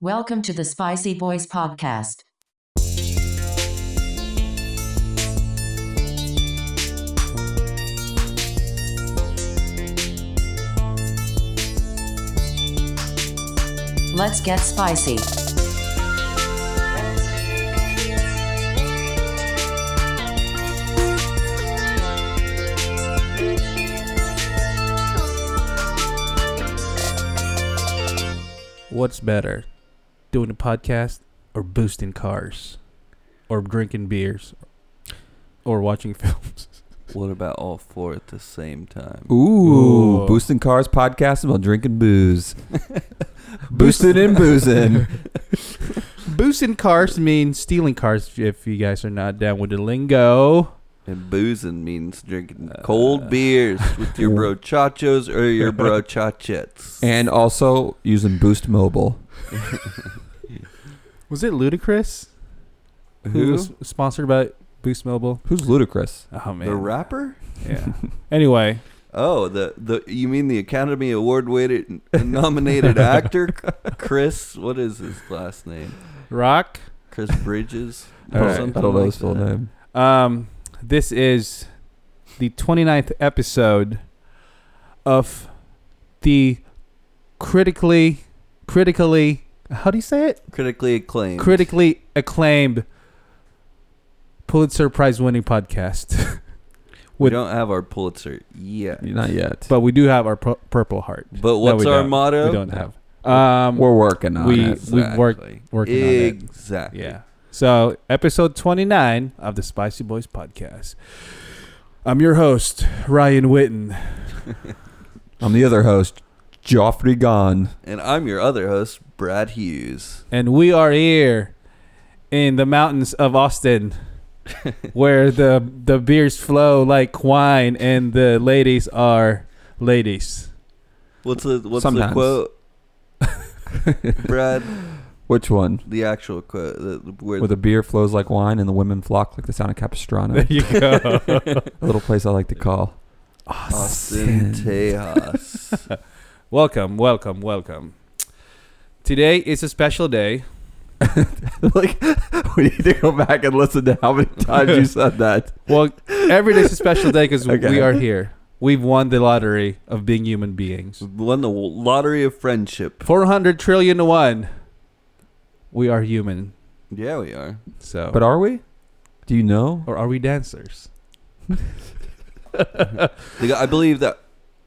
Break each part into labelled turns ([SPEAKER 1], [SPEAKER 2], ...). [SPEAKER 1] Welcome to the Spicy Boys podcast. Let's get spicy.
[SPEAKER 2] What's better, doing a podcast or boosting cars, or drinking beers, or watching films?
[SPEAKER 3] What about all four at the same time?
[SPEAKER 4] Ooh,
[SPEAKER 2] Ooh.
[SPEAKER 4] boosting cars podcast about drinking booze, boosting and boozing.
[SPEAKER 2] boosting cars means stealing cars. If you guys are not down with the lingo,
[SPEAKER 3] And boozing means drinking
[SPEAKER 2] Uh,
[SPEAKER 3] cold beers with your brochachos or your brochachettes.
[SPEAKER 4] and also using Boost Mobile.
[SPEAKER 2] was it ludicrous?
[SPEAKER 4] Who?
[SPEAKER 2] was sponsored by Boost Mobile?
[SPEAKER 4] Who's ludicrous?
[SPEAKER 2] Oh man,
[SPEAKER 3] the rapper?
[SPEAKER 2] yeah. anyway,
[SPEAKER 3] Oh, the the you mean the Academy Award weighted nominated actor Chris? What is his last name?
[SPEAKER 2] Rock.
[SPEAKER 3] Chris Bridges.
[SPEAKER 2] All
[SPEAKER 3] or
[SPEAKER 2] right.
[SPEAKER 3] something
[SPEAKER 4] I don't know
[SPEAKER 3] like
[SPEAKER 4] his full
[SPEAKER 3] that.
[SPEAKER 4] name.
[SPEAKER 2] Um, this is the 29th episode of the critically, critically, how do you say it?
[SPEAKER 3] Critically acclaimed.
[SPEAKER 2] Critically acclaimed Pulitzer Prize winning podcast.
[SPEAKER 3] we
[SPEAKER 2] with-
[SPEAKER 3] don't have our Pulitzer yet.
[SPEAKER 4] Not yet.
[SPEAKER 2] but we do have our pu- Purple Heart.
[SPEAKER 3] But
[SPEAKER 2] No,
[SPEAKER 3] what's
[SPEAKER 2] we
[SPEAKER 3] our
[SPEAKER 2] don't.
[SPEAKER 3] motto?
[SPEAKER 2] We don't have. Um,
[SPEAKER 4] We're working on
[SPEAKER 2] we-
[SPEAKER 4] it.
[SPEAKER 2] we've worked-
[SPEAKER 3] Exactly.
[SPEAKER 2] working on it.
[SPEAKER 3] exactly.
[SPEAKER 2] Yeah. So, episode 29 of the Spicy Boys podcast. I'm your host, Ryan Witten.
[SPEAKER 4] I'm the other host, Joffrey Gone.
[SPEAKER 3] And I'm your other host, Brad Hughes.
[SPEAKER 2] And we are here in the mountains of Austin where the the beers flow like wine and the ladies are ladies.
[SPEAKER 3] What's the what's
[SPEAKER 4] Sometimes.
[SPEAKER 3] the quote? Brad,
[SPEAKER 4] Which one?
[SPEAKER 3] the actual quote. The, the- where
[SPEAKER 4] Where the beer flows like wine and the women flock like the sound of
[SPEAKER 2] There
[SPEAKER 4] Capistrano.
[SPEAKER 2] you go.
[SPEAKER 4] a little place I like to call.
[SPEAKER 3] Austin Tejas.
[SPEAKER 2] welcome, welcome, welcome. Today is a special day.
[SPEAKER 4] like we need to go back and listen to how many times you said that.
[SPEAKER 2] Well, every day's a special day cuz we
[SPEAKER 4] Okay.
[SPEAKER 2] are here. We've won the lottery of being human beings.
[SPEAKER 3] Won the lottery of friendship.
[SPEAKER 2] 400 trillion to 1. We are human.
[SPEAKER 3] Yeah, we are.
[SPEAKER 2] So
[SPEAKER 4] But are we? Do you know?
[SPEAKER 2] or are we dancers?
[SPEAKER 3] The guy, I believe that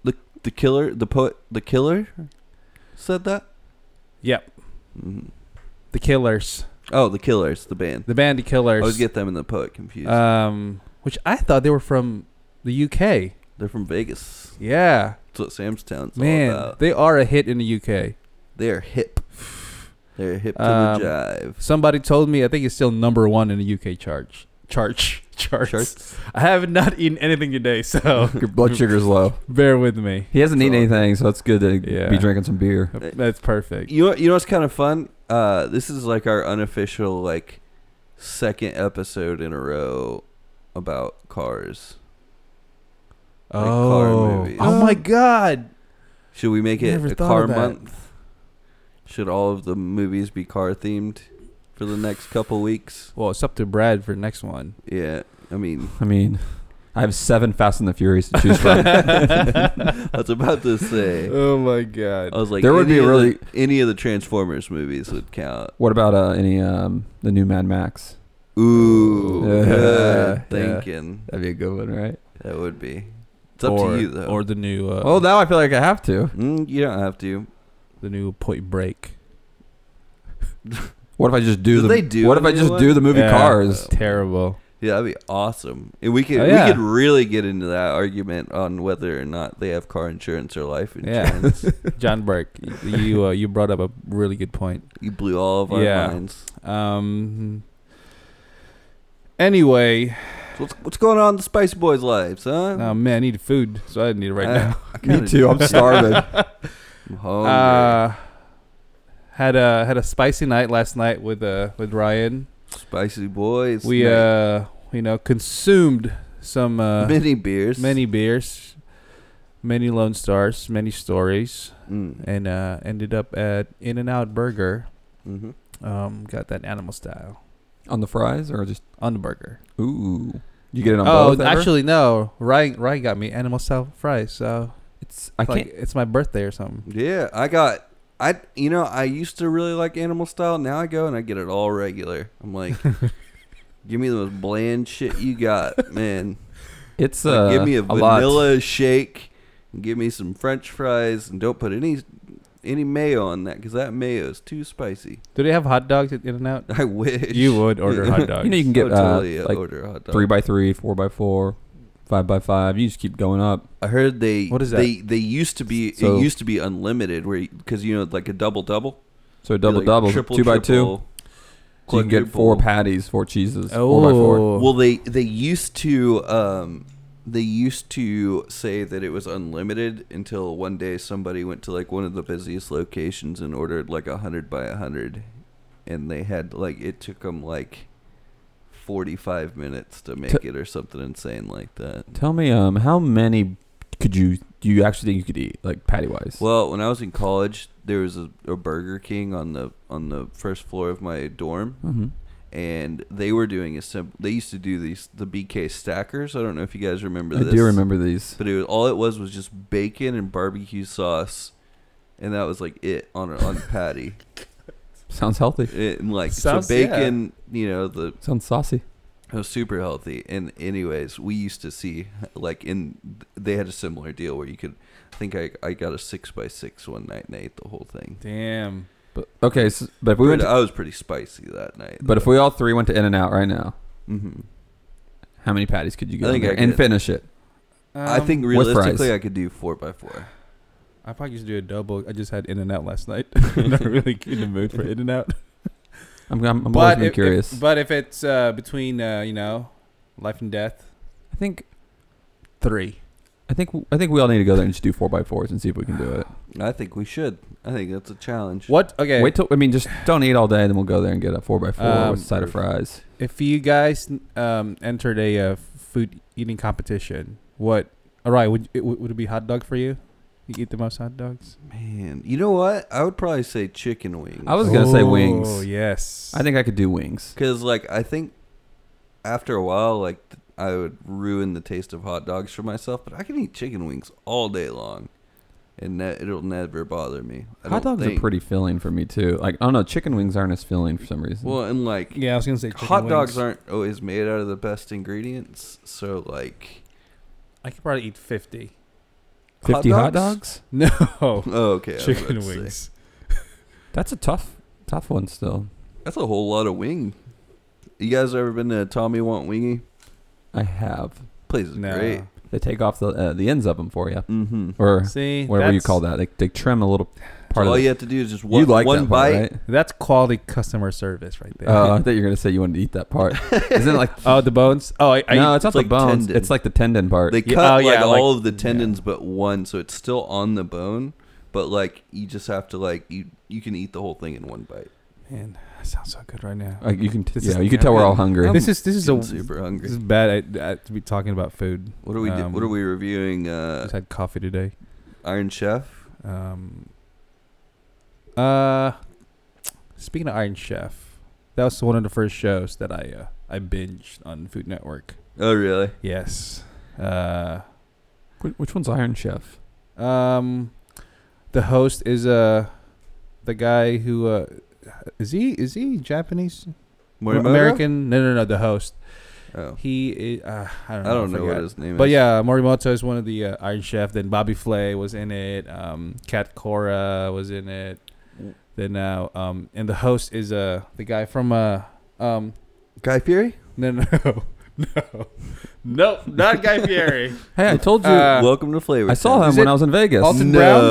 [SPEAKER 3] the the killer, the poet, the killer, said that.
[SPEAKER 2] Yep.
[SPEAKER 3] Mhm.
[SPEAKER 2] The Killers.
[SPEAKER 3] Oh, the Killers, the band.
[SPEAKER 2] The band The Killers.
[SPEAKER 3] I always get them and the poet confused.
[SPEAKER 4] Uh,
[SPEAKER 2] um, which I thought they were from the UK.
[SPEAKER 3] They're from Vegas.
[SPEAKER 2] Yeah,
[SPEAKER 3] That's what Sam's Town's
[SPEAKER 2] man,
[SPEAKER 3] all about.
[SPEAKER 2] they are a hit in the UK.
[SPEAKER 3] They are hip. They're hip to
[SPEAKER 2] Um,
[SPEAKER 3] the jive.
[SPEAKER 2] Somebody told me I think it's still number one in the UK charge. Charge, charge.
[SPEAKER 3] Charts.
[SPEAKER 2] I have not eaten anything today, so
[SPEAKER 4] Your blood sugar's low.
[SPEAKER 2] bear with me.
[SPEAKER 4] He hasn't eaten
[SPEAKER 3] So-
[SPEAKER 4] anything, so it's good to
[SPEAKER 2] Yeah.
[SPEAKER 4] be drinking some beer.
[SPEAKER 2] That's perfect.
[SPEAKER 3] You know, you know what's kind of fun? Uh, this is like our unofficial like second episode in a row about cars. like car
[SPEAKER 2] Oh,
[SPEAKER 3] movies.
[SPEAKER 2] oh my God!
[SPEAKER 3] Should we make it
[SPEAKER 2] Never
[SPEAKER 3] a
[SPEAKER 2] thought
[SPEAKER 3] car
[SPEAKER 2] of that.
[SPEAKER 3] month? Should all of the movies be car themed for the next couple weeks?
[SPEAKER 2] Well, it's up to Brad for next one.
[SPEAKER 3] Yeah, I mean
[SPEAKER 4] I mean, I have seven Fast and the Furious to choose from.
[SPEAKER 3] I was about to say.
[SPEAKER 2] Oh my God!
[SPEAKER 3] I was like,
[SPEAKER 4] There would
[SPEAKER 3] any
[SPEAKER 4] be a
[SPEAKER 3] of the-
[SPEAKER 4] really-
[SPEAKER 3] any of the Transformers movies would count.
[SPEAKER 4] what about uh, any um, the new Mad Max?
[SPEAKER 3] Ooh,
[SPEAKER 4] Yeah,
[SPEAKER 3] good
[SPEAKER 4] yeah.
[SPEAKER 3] thinking.
[SPEAKER 4] That'd be a good one, right?
[SPEAKER 3] That would be. It's up
[SPEAKER 2] or,
[SPEAKER 3] to you though. Oh,
[SPEAKER 2] Or the new, uh,
[SPEAKER 4] well, now I feel like I have to.
[SPEAKER 3] Mm, you don't have to.
[SPEAKER 2] the new Point Break.
[SPEAKER 4] What if I just do
[SPEAKER 3] Did
[SPEAKER 4] the?
[SPEAKER 3] they do
[SPEAKER 4] what if
[SPEAKER 3] a
[SPEAKER 4] I
[SPEAKER 3] new
[SPEAKER 4] just
[SPEAKER 3] one?
[SPEAKER 4] do the movie
[SPEAKER 2] Yeah.
[SPEAKER 4] Cars?
[SPEAKER 2] Terrible.
[SPEAKER 3] Yeah, that'd be awesome. And we could
[SPEAKER 2] Oh, yeah.
[SPEAKER 3] we could really get into that argument on whether or not they have car insurance or life
[SPEAKER 2] Yeah.
[SPEAKER 3] insurance.
[SPEAKER 2] John Burke, y- you uh, you brought up a really good point.
[SPEAKER 3] you blew all of our
[SPEAKER 2] Yeah.
[SPEAKER 3] minds.
[SPEAKER 2] Um. Anyway,
[SPEAKER 3] So what's what's going on in the Spice Boys' lives, huh?
[SPEAKER 2] oh man, I need food, so I need it right
[SPEAKER 3] Uh, Oh,
[SPEAKER 2] now.
[SPEAKER 3] I kinda
[SPEAKER 4] Me too. I'm starving.
[SPEAKER 3] I'm hungry.
[SPEAKER 2] Uh, had a had a spicy night last night with uh with Ryan.
[SPEAKER 3] Spicy Boys.
[SPEAKER 2] We
[SPEAKER 3] night.
[SPEAKER 2] uh you know consumed some uh, many,
[SPEAKER 3] many beers.
[SPEAKER 2] beers, many Lone Stars, many stories,
[SPEAKER 3] Mm.
[SPEAKER 2] and uh ended up at In and Out Burger
[SPEAKER 3] Mm-hmm.
[SPEAKER 2] Um, got that animal style
[SPEAKER 4] On the fries or just
[SPEAKER 2] on the burger.
[SPEAKER 4] ooh? You get it on
[SPEAKER 2] oh,
[SPEAKER 4] both. ever?
[SPEAKER 2] actually no. Ryan Ryan got me animal style fries. So
[SPEAKER 4] it's
[SPEAKER 2] I
[SPEAKER 4] I can't.
[SPEAKER 2] like it's my birthday or something.
[SPEAKER 3] Yeah, I got. I you know I used to really like animal style. Now I go and I get it all regular. I'm like, give me the most bland shit you got, man.
[SPEAKER 4] It's
[SPEAKER 3] Like,
[SPEAKER 4] uh,
[SPEAKER 3] give me a,
[SPEAKER 4] lot.
[SPEAKER 3] vanilla shake. And give me some French fries, and don't put any any mayo on that because that mayo is too spicy.
[SPEAKER 2] Do they have hot dogs at In and Out?
[SPEAKER 3] I wish
[SPEAKER 2] You would order hot dogs.
[SPEAKER 4] You know you can
[SPEAKER 3] I
[SPEAKER 4] get
[SPEAKER 3] would totally
[SPEAKER 4] uh, like
[SPEAKER 3] order a hot dog.
[SPEAKER 4] three by three, four by four, five by five. You just keep going up.
[SPEAKER 3] I heard they
[SPEAKER 2] What is that?
[SPEAKER 3] they they used to be
[SPEAKER 4] So-
[SPEAKER 3] it used to be unlimited where because you know like a double double
[SPEAKER 4] So a double double, two by two. So you can get four patties, four cheeses, four by four.
[SPEAKER 2] Oh.
[SPEAKER 3] Well, they they used to um, they used to say that it was unlimited until one day somebody went to like one of the busiest locations and ordered like a hundred by a hundred, and they had like it took them like forty five minutes to make it or something insane like that.
[SPEAKER 4] Tell me, um, how many could you do you actually think you could eat, like patty wise?
[SPEAKER 3] Well, when I was in college, there was a, a Burger King on the on the first floor of my dorm,
[SPEAKER 4] hmm
[SPEAKER 3] and they were doing a simple. They used to do these the BK stackers. I don't know if you guys remember.
[SPEAKER 4] I
[SPEAKER 3] this.
[SPEAKER 4] do remember these.
[SPEAKER 3] But it was, all it was was just bacon and barbecue sauce, and that was like it on a, on a patty.
[SPEAKER 4] Sounds healthy.
[SPEAKER 3] It, and like
[SPEAKER 2] Sounds-
[SPEAKER 3] so, bacon. You know the
[SPEAKER 4] Sounds saucy.
[SPEAKER 3] it was super healthy. And anyways, we used to see like in they had a similar deal where you could. I think I I got a six by six one night and I ate the whole thing.
[SPEAKER 2] Damn.
[SPEAKER 4] But okay, so, but if we
[SPEAKER 3] But uh,
[SPEAKER 4] went, to,
[SPEAKER 3] I was pretty spicy that night.
[SPEAKER 4] but if we all three went to In and Out right now,
[SPEAKER 3] hmm
[SPEAKER 4] how many patties could you get
[SPEAKER 3] I
[SPEAKER 4] on
[SPEAKER 3] think I
[SPEAKER 4] there and
[SPEAKER 3] could.
[SPEAKER 4] finish it?
[SPEAKER 3] I
[SPEAKER 2] Um,
[SPEAKER 3] think
[SPEAKER 4] with fries.
[SPEAKER 3] realistically I could do four by four.
[SPEAKER 2] I probably used to do a double. I just had In and Out last night. Not really in the mood for In and Out.
[SPEAKER 4] I'm I'm, I'm always been curious.
[SPEAKER 2] but if it's uh, between uh, you know, life and death,
[SPEAKER 4] I think
[SPEAKER 2] three.
[SPEAKER 4] I think I think we all need to go there and just do four by fours and see if we can do it.
[SPEAKER 3] I think we should. I think that's a challenge.
[SPEAKER 2] What? Okay.
[SPEAKER 4] Wait till I mean, just don't eat all day, then we'll go there and get a four by four
[SPEAKER 2] Um,
[SPEAKER 4] with a side of fries.
[SPEAKER 2] If you guys um, entered a uh, food eating competition, what? All right. Would it, would it be hot dog for you? You eat the most hot dogs.
[SPEAKER 3] Man, you know what? I would probably say chicken wings.
[SPEAKER 4] I was gonna say wings.
[SPEAKER 2] Oh yes.
[SPEAKER 4] I think I could do wings.
[SPEAKER 3] Because like I think after a while, like th- I would ruin the taste of hot dogs for myself. But I can eat chicken wings all day long, and ne- it'll never bother me. I
[SPEAKER 4] Hot
[SPEAKER 3] don't
[SPEAKER 4] dogs
[SPEAKER 3] think.
[SPEAKER 4] are pretty filling for me too. Like I don't know, chicken wings aren't as filling for some reason.
[SPEAKER 3] well, and like
[SPEAKER 2] Yeah, I was gonna say chicken
[SPEAKER 3] hot dogs
[SPEAKER 2] wings.
[SPEAKER 3] aren't always made out of the best ingredients. So like
[SPEAKER 2] I could probably eat fifty.
[SPEAKER 4] fifty hot dogs?
[SPEAKER 2] No.
[SPEAKER 3] Oh, okay, I was about
[SPEAKER 2] chicken
[SPEAKER 3] to say.
[SPEAKER 2] wings.
[SPEAKER 4] That's a tough, tough one still.
[SPEAKER 3] That's a whole lot of wing. You guys ever been to Tommy Want Wingy?
[SPEAKER 4] I have.
[SPEAKER 3] Place is
[SPEAKER 2] No.
[SPEAKER 3] great.
[SPEAKER 4] They take off the uh, the ends of them for you,
[SPEAKER 3] Mm-hmm.
[SPEAKER 4] or
[SPEAKER 2] See,
[SPEAKER 4] whatever you
[SPEAKER 2] that's-
[SPEAKER 4] call that. They, they trim a little part
[SPEAKER 3] So all
[SPEAKER 4] of.
[SPEAKER 3] you
[SPEAKER 4] the
[SPEAKER 3] have to do is just Oh, one,
[SPEAKER 4] you like
[SPEAKER 3] one
[SPEAKER 4] that part,
[SPEAKER 3] bite.
[SPEAKER 4] right?
[SPEAKER 2] That's quality customer service right there.
[SPEAKER 4] Oh, I thought you were gonna say you wanted to eat that part. Isn't it like?
[SPEAKER 2] oh, the bones. Oh, I, I,
[SPEAKER 4] no, it's not the
[SPEAKER 3] like
[SPEAKER 4] bones.
[SPEAKER 3] tendon.
[SPEAKER 4] It's like the tendon part.
[SPEAKER 3] They
[SPEAKER 2] Yeah,
[SPEAKER 3] cut
[SPEAKER 2] oh,
[SPEAKER 3] like
[SPEAKER 2] yeah, like-
[SPEAKER 3] all of the tendons but one, so it's still on the bone. But like you just have to like you you can eat the whole thing in one bite.
[SPEAKER 2] man, that sounds so good right now.
[SPEAKER 4] like Oh, you can, t-
[SPEAKER 2] This
[SPEAKER 4] yeah,
[SPEAKER 2] is-
[SPEAKER 4] you can tell we're all hungry.
[SPEAKER 2] this is this is
[SPEAKER 3] Getting
[SPEAKER 2] a
[SPEAKER 3] super
[SPEAKER 2] this
[SPEAKER 3] hungry.
[SPEAKER 2] is bad I, I, to be talking about food.
[SPEAKER 3] What are we do,
[SPEAKER 2] um,
[SPEAKER 3] What are we reviewing? Uh,
[SPEAKER 2] Just had coffee today.
[SPEAKER 3] Iron Chef.
[SPEAKER 2] Um, uh, speaking of Iron Chef, that was one of the first shows that I uh, I binged on Food Network.
[SPEAKER 3] Oh really?
[SPEAKER 2] Yes. Uh,
[SPEAKER 4] Wh- Which one's Iron Chef?
[SPEAKER 2] um, the host is uh the guy who uh is he is he Japanese
[SPEAKER 3] Morimoto?
[SPEAKER 2] American? No, no, no. The host.
[SPEAKER 3] Oh,
[SPEAKER 2] He is. Uh, I don't
[SPEAKER 3] I
[SPEAKER 2] know.
[SPEAKER 3] don't know
[SPEAKER 2] forgot.
[SPEAKER 3] what his name
[SPEAKER 2] But
[SPEAKER 3] is.
[SPEAKER 2] yeah, Morimoto is one of the uh, Iron Chef. Then Bobby Flay was in it. Um, Kat Cora was in it.
[SPEAKER 3] Mm.
[SPEAKER 2] Then now, um, and the host is uh the guy from uh um
[SPEAKER 3] Guy Fury.
[SPEAKER 2] no no no no not Guy Fieri.
[SPEAKER 4] Hey, I told you.
[SPEAKER 2] Uh,
[SPEAKER 3] Welcome to Flavor.
[SPEAKER 4] I saw
[SPEAKER 3] Town.
[SPEAKER 2] is
[SPEAKER 4] him when
[SPEAKER 2] it
[SPEAKER 4] I was in Vegas.
[SPEAKER 2] Alton
[SPEAKER 3] no.
[SPEAKER 2] Brown?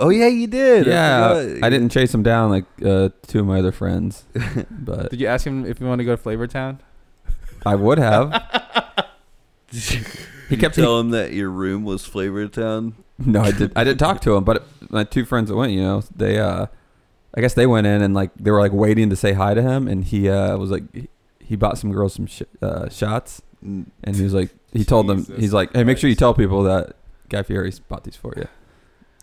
[SPEAKER 3] Oh yeah, you did. I
[SPEAKER 4] yeah,
[SPEAKER 3] forgot.
[SPEAKER 4] I didn't chase him down like uh, two of my other friends, but
[SPEAKER 2] Did you ask him if you want to go to Flavor Town?
[SPEAKER 4] I would have. He
[SPEAKER 3] Did you
[SPEAKER 4] kept. he-
[SPEAKER 3] tell him that your room was Flavor Town.
[SPEAKER 4] no, I did. I didn't talk to him, but my two friends that went, you know, they. uh I guess they went in and like they were like waiting to say hi to him, and he uh was like, he- he bought some girls some sh- uh, shots,
[SPEAKER 3] Mm,
[SPEAKER 4] and he was like, he told them,
[SPEAKER 2] Jesus
[SPEAKER 4] he's like, hey, make sure you
[SPEAKER 2] Christ.
[SPEAKER 4] tell people that Guy Fieri's bought these for you.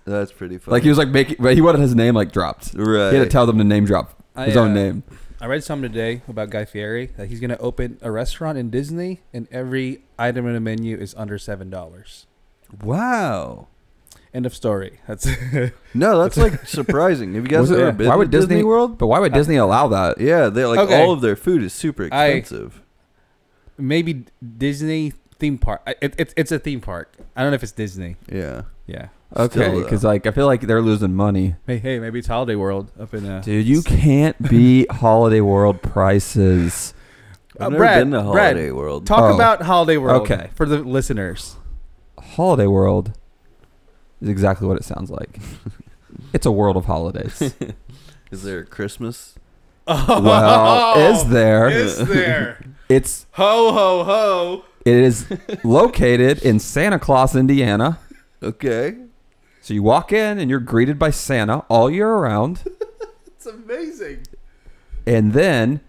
[SPEAKER 3] That's pretty funny.
[SPEAKER 4] Like he was like making, but he wanted his name like dropped.
[SPEAKER 3] right.
[SPEAKER 4] He had to tell them to name drop
[SPEAKER 2] I,
[SPEAKER 4] his own
[SPEAKER 2] uh,
[SPEAKER 4] name.
[SPEAKER 2] I read something today about Guy Fieri that he's going to open a restaurant in Disney, and every item in the menu is under seven dollars.
[SPEAKER 3] Wow.
[SPEAKER 2] End of story. That's
[SPEAKER 3] No, that's like surprising. Have you guys
[SPEAKER 2] Was-
[SPEAKER 3] ever
[SPEAKER 2] yeah.
[SPEAKER 3] been
[SPEAKER 4] Why
[SPEAKER 3] to
[SPEAKER 4] would Disney,
[SPEAKER 3] Disney World?
[SPEAKER 4] But why would Disney allow that?
[SPEAKER 3] Yeah, they like
[SPEAKER 2] Okay.
[SPEAKER 3] all of their food is super
[SPEAKER 2] I-
[SPEAKER 3] expensive.
[SPEAKER 2] maybe Disney theme park. I- It, it, it's a theme park. I don't know if it's Disney.
[SPEAKER 3] yeah.
[SPEAKER 2] Yeah.
[SPEAKER 4] Okay,
[SPEAKER 3] Still,
[SPEAKER 4] because like I feel like they're losing money.
[SPEAKER 2] Hey, hey, maybe it's Holiday World up in uh,
[SPEAKER 4] Dude, you can't beat Holiday World prices.
[SPEAKER 3] I've
[SPEAKER 2] Uh,
[SPEAKER 3] never
[SPEAKER 2] Brad,
[SPEAKER 3] been to
[SPEAKER 2] Brad,
[SPEAKER 3] Holiday World.
[SPEAKER 2] Talk
[SPEAKER 4] Oh.
[SPEAKER 2] about Holiday World
[SPEAKER 4] Okay.
[SPEAKER 2] for the listeners.
[SPEAKER 4] Holiday World is exactly what it sounds like. it's a world of holidays.
[SPEAKER 3] Is there a Christmas?
[SPEAKER 4] well, is there?
[SPEAKER 2] Is there?
[SPEAKER 4] It's
[SPEAKER 2] ho ho ho.
[SPEAKER 4] it is located in Santa Claus, Indiana.
[SPEAKER 3] Okay.
[SPEAKER 4] So you walk in and you're greeted by Santa all year around,
[SPEAKER 2] It's amazing.
[SPEAKER 4] and then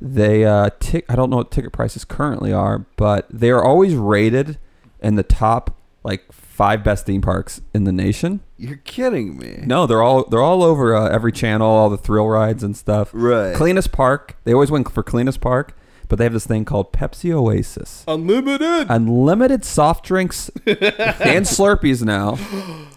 [SPEAKER 4] they uh, tick. I don't know what ticket prices currently are, but they are always rated in the top like five best theme parks in the nation.
[SPEAKER 3] You're kidding me.
[SPEAKER 4] No, they're all they're all over uh, every channel, all the thrill rides and stuff.
[SPEAKER 3] Right.
[SPEAKER 4] Cleanest park. They always win for cleanest park, but they have this thing called Pepsi Oasis.
[SPEAKER 2] Unlimited.
[SPEAKER 4] Unlimited soft drinks and Slurpees now.
[SPEAKER 3] Oh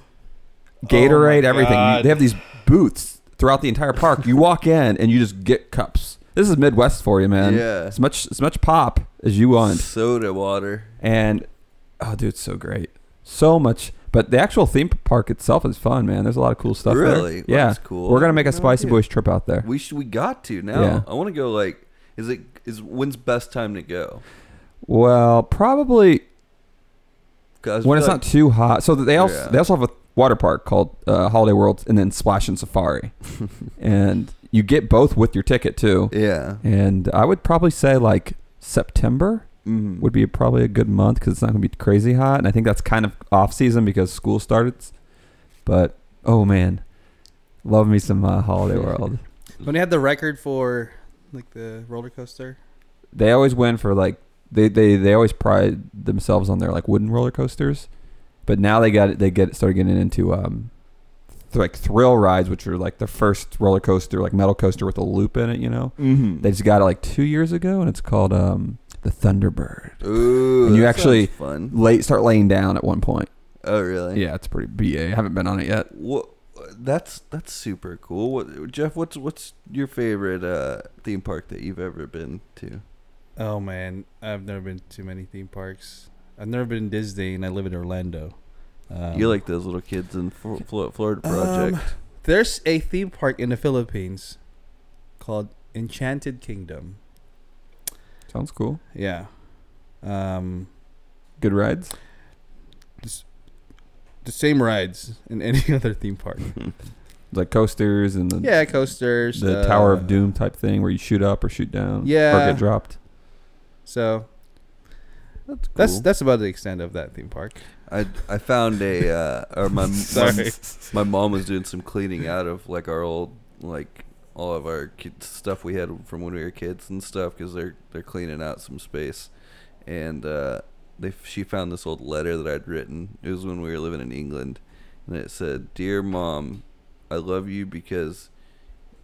[SPEAKER 4] Gatorade,
[SPEAKER 2] my
[SPEAKER 4] everything. You-
[SPEAKER 2] God.
[SPEAKER 4] They have these booths throughout the entire park. You walk in and you just get cups. This is Midwest for you, man.
[SPEAKER 3] Yeah.
[SPEAKER 4] As much as much pop as you want.
[SPEAKER 3] Soda water.
[SPEAKER 4] And oh, dude, it's so great, so much. But the actual theme park itself is fun, man. There's a lot of cool stuff. there.
[SPEAKER 3] Really?
[SPEAKER 4] Yeah.
[SPEAKER 3] That's cool.
[SPEAKER 4] We're gonna make a
[SPEAKER 3] No
[SPEAKER 4] Spicy
[SPEAKER 3] idea.
[SPEAKER 4] Boys trip out there.
[SPEAKER 3] We should. We got to now.
[SPEAKER 4] Yeah.
[SPEAKER 3] I want to go. Like, is it? Is when's best time to go?
[SPEAKER 4] Well, probably
[SPEAKER 3] 'Cause I
[SPEAKER 4] when it's
[SPEAKER 3] feel
[SPEAKER 4] not too hot. So they also
[SPEAKER 3] Yeah.
[SPEAKER 4] they also have a water park called uh, Holiday World, and then Splash and Safari, and you get both with your ticket too.
[SPEAKER 3] like- Yeah.
[SPEAKER 4] And I would probably say like September
[SPEAKER 3] Mm.
[SPEAKER 4] would be probably a good month because it's not gonna be crazy hot, and I think that's kind of off season because school starts. But oh man, love me some uh, Holiday World.
[SPEAKER 2] When they had the record for like the roller coaster.
[SPEAKER 4] they always win for like they, they they always pride themselves on their like wooden roller coasters, but now they got they get started getting into um th- like thrill rides, which are like the first roller coaster like metal coaster with a loop in it. You know,
[SPEAKER 3] Mm-hmm.
[SPEAKER 4] they just got it like two years ago, and it's called um the Thunderbird.
[SPEAKER 3] Ooh.
[SPEAKER 4] And you
[SPEAKER 3] that
[SPEAKER 4] actually-
[SPEAKER 3] sounds fun.
[SPEAKER 4] Late start laying down at one point.
[SPEAKER 3] Oh, really?
[SPEAKER 4] Yeah, it's pretty ba. I haven't been on it yet.
[SPEAKER 3] What? That's that's super cool. What, Jeff, what's what's your favorite uh, theme park that you've ever been to?
[SPEAKER 2] Oh man, I've never been to many theme parks. I've never been to Disney, and I live in Orlando. Um,
[SPEAKER 3] you like those little kids in Fl- Fl- Florida Project?
[SPEAKER 2] Um, there's a theme park in the Philippines called Enchanted Kingdom.
[SPEAKER 4] Sounds cool.
[SPEAKER 2] Yeah. Um,
[SPEAKER 4] Good rides.
[SPEAKER 2] the same rides in any other theme park.
[SPEAKER 4] Like coasters and the
[SPEAKER 2] Yeah, coasters.
[SPEAKER 4] the
[SPEAKER 2] uh,
[SPEAKER 4] Tower of Doom type thing where you shoot up or shoot down. Or
[SPEAKER 2] Yeah.
[SPEAKER 4] get dropped.
[SPEAKER 2] So
[SPEAKER 3] that's cool.
[SPEAKER 2] that's that's about the extent of that theme park.
[SPEAKER 3] I I found a uh, or my
[SPEAKER 2] Sorry.
[SPEAKER 3] my mom was doing some cleaning out of like our old like all of our kids stuff we had from when we were kids and stuff because they're they're cleaning out some space and uh, they she found this old letter that I'd written it was when we were living in England and it said dear mom I love you because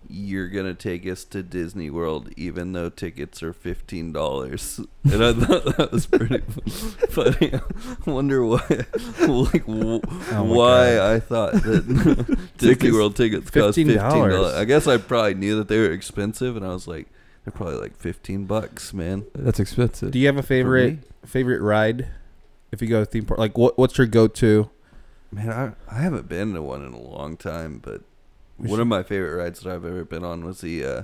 [SPEAKER 3] you're gonna take us to Disney World even though tickets are fifteen dollars and I thought that was pretty funny I wonder why like w-
[SPEAKER 2] Oh my
[SPEAKER 3] why I thought that Disney
[SPEAKER 4] Tickets-
[SPEAKER 3] World tickets cost fifteen
[SPEAKER 2] $15.
[SPEAKER 3] dollars. I guess I probably knew that they were expensive, and I was like, they're probably like fifteen bucks, man.
[SPEAKER 4] That's expensive.
[SPEAKER 2] Do you have a favorite favorite ride? If you go to theme park, like what what's your go to?
[SPEAKER 3] Man, I I haven't been to one in a long time, but
[SPEAKER 2] We
[SPEAKER 3] one
[SPEAKER 2] should-
[SPEAKER 3] of my favorite rides that I've ever been on was the uh,